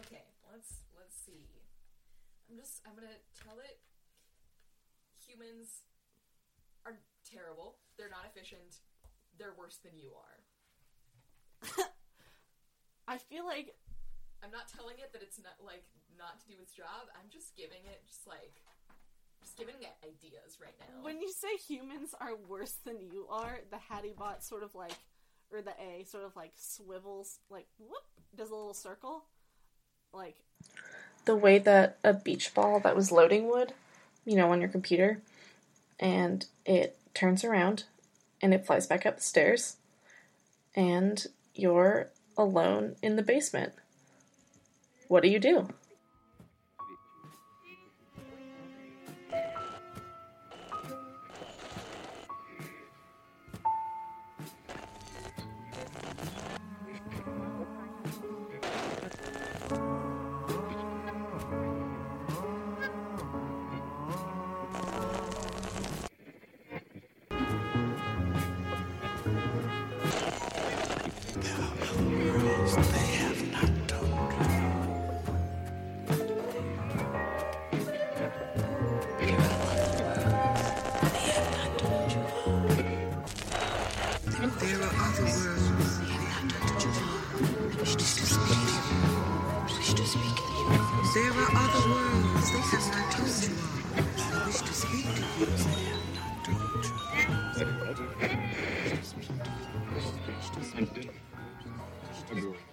D: okay, let's let's see. I'm just I'm gonna tell it. Humans are terrible. They're not efficient. They're worse than you are.
A: I feel like
D: I'm not telling it that it's not like not to do its job. I'm just giving it just like just giving it ideas right now.
A: when you say humans are worse than you are, the Hattie bot sort of like, or the A sort of like swivels, like whoop, does a little circle, like
I: the way that a beach ball that was loading would, you know, on your computer, and it turns around and it flies back up the stairs, and you're alone in the basement. What do you do?
J: There are other worlds they have not told you of. I wish to speak to you. They have not told you.
K: And then-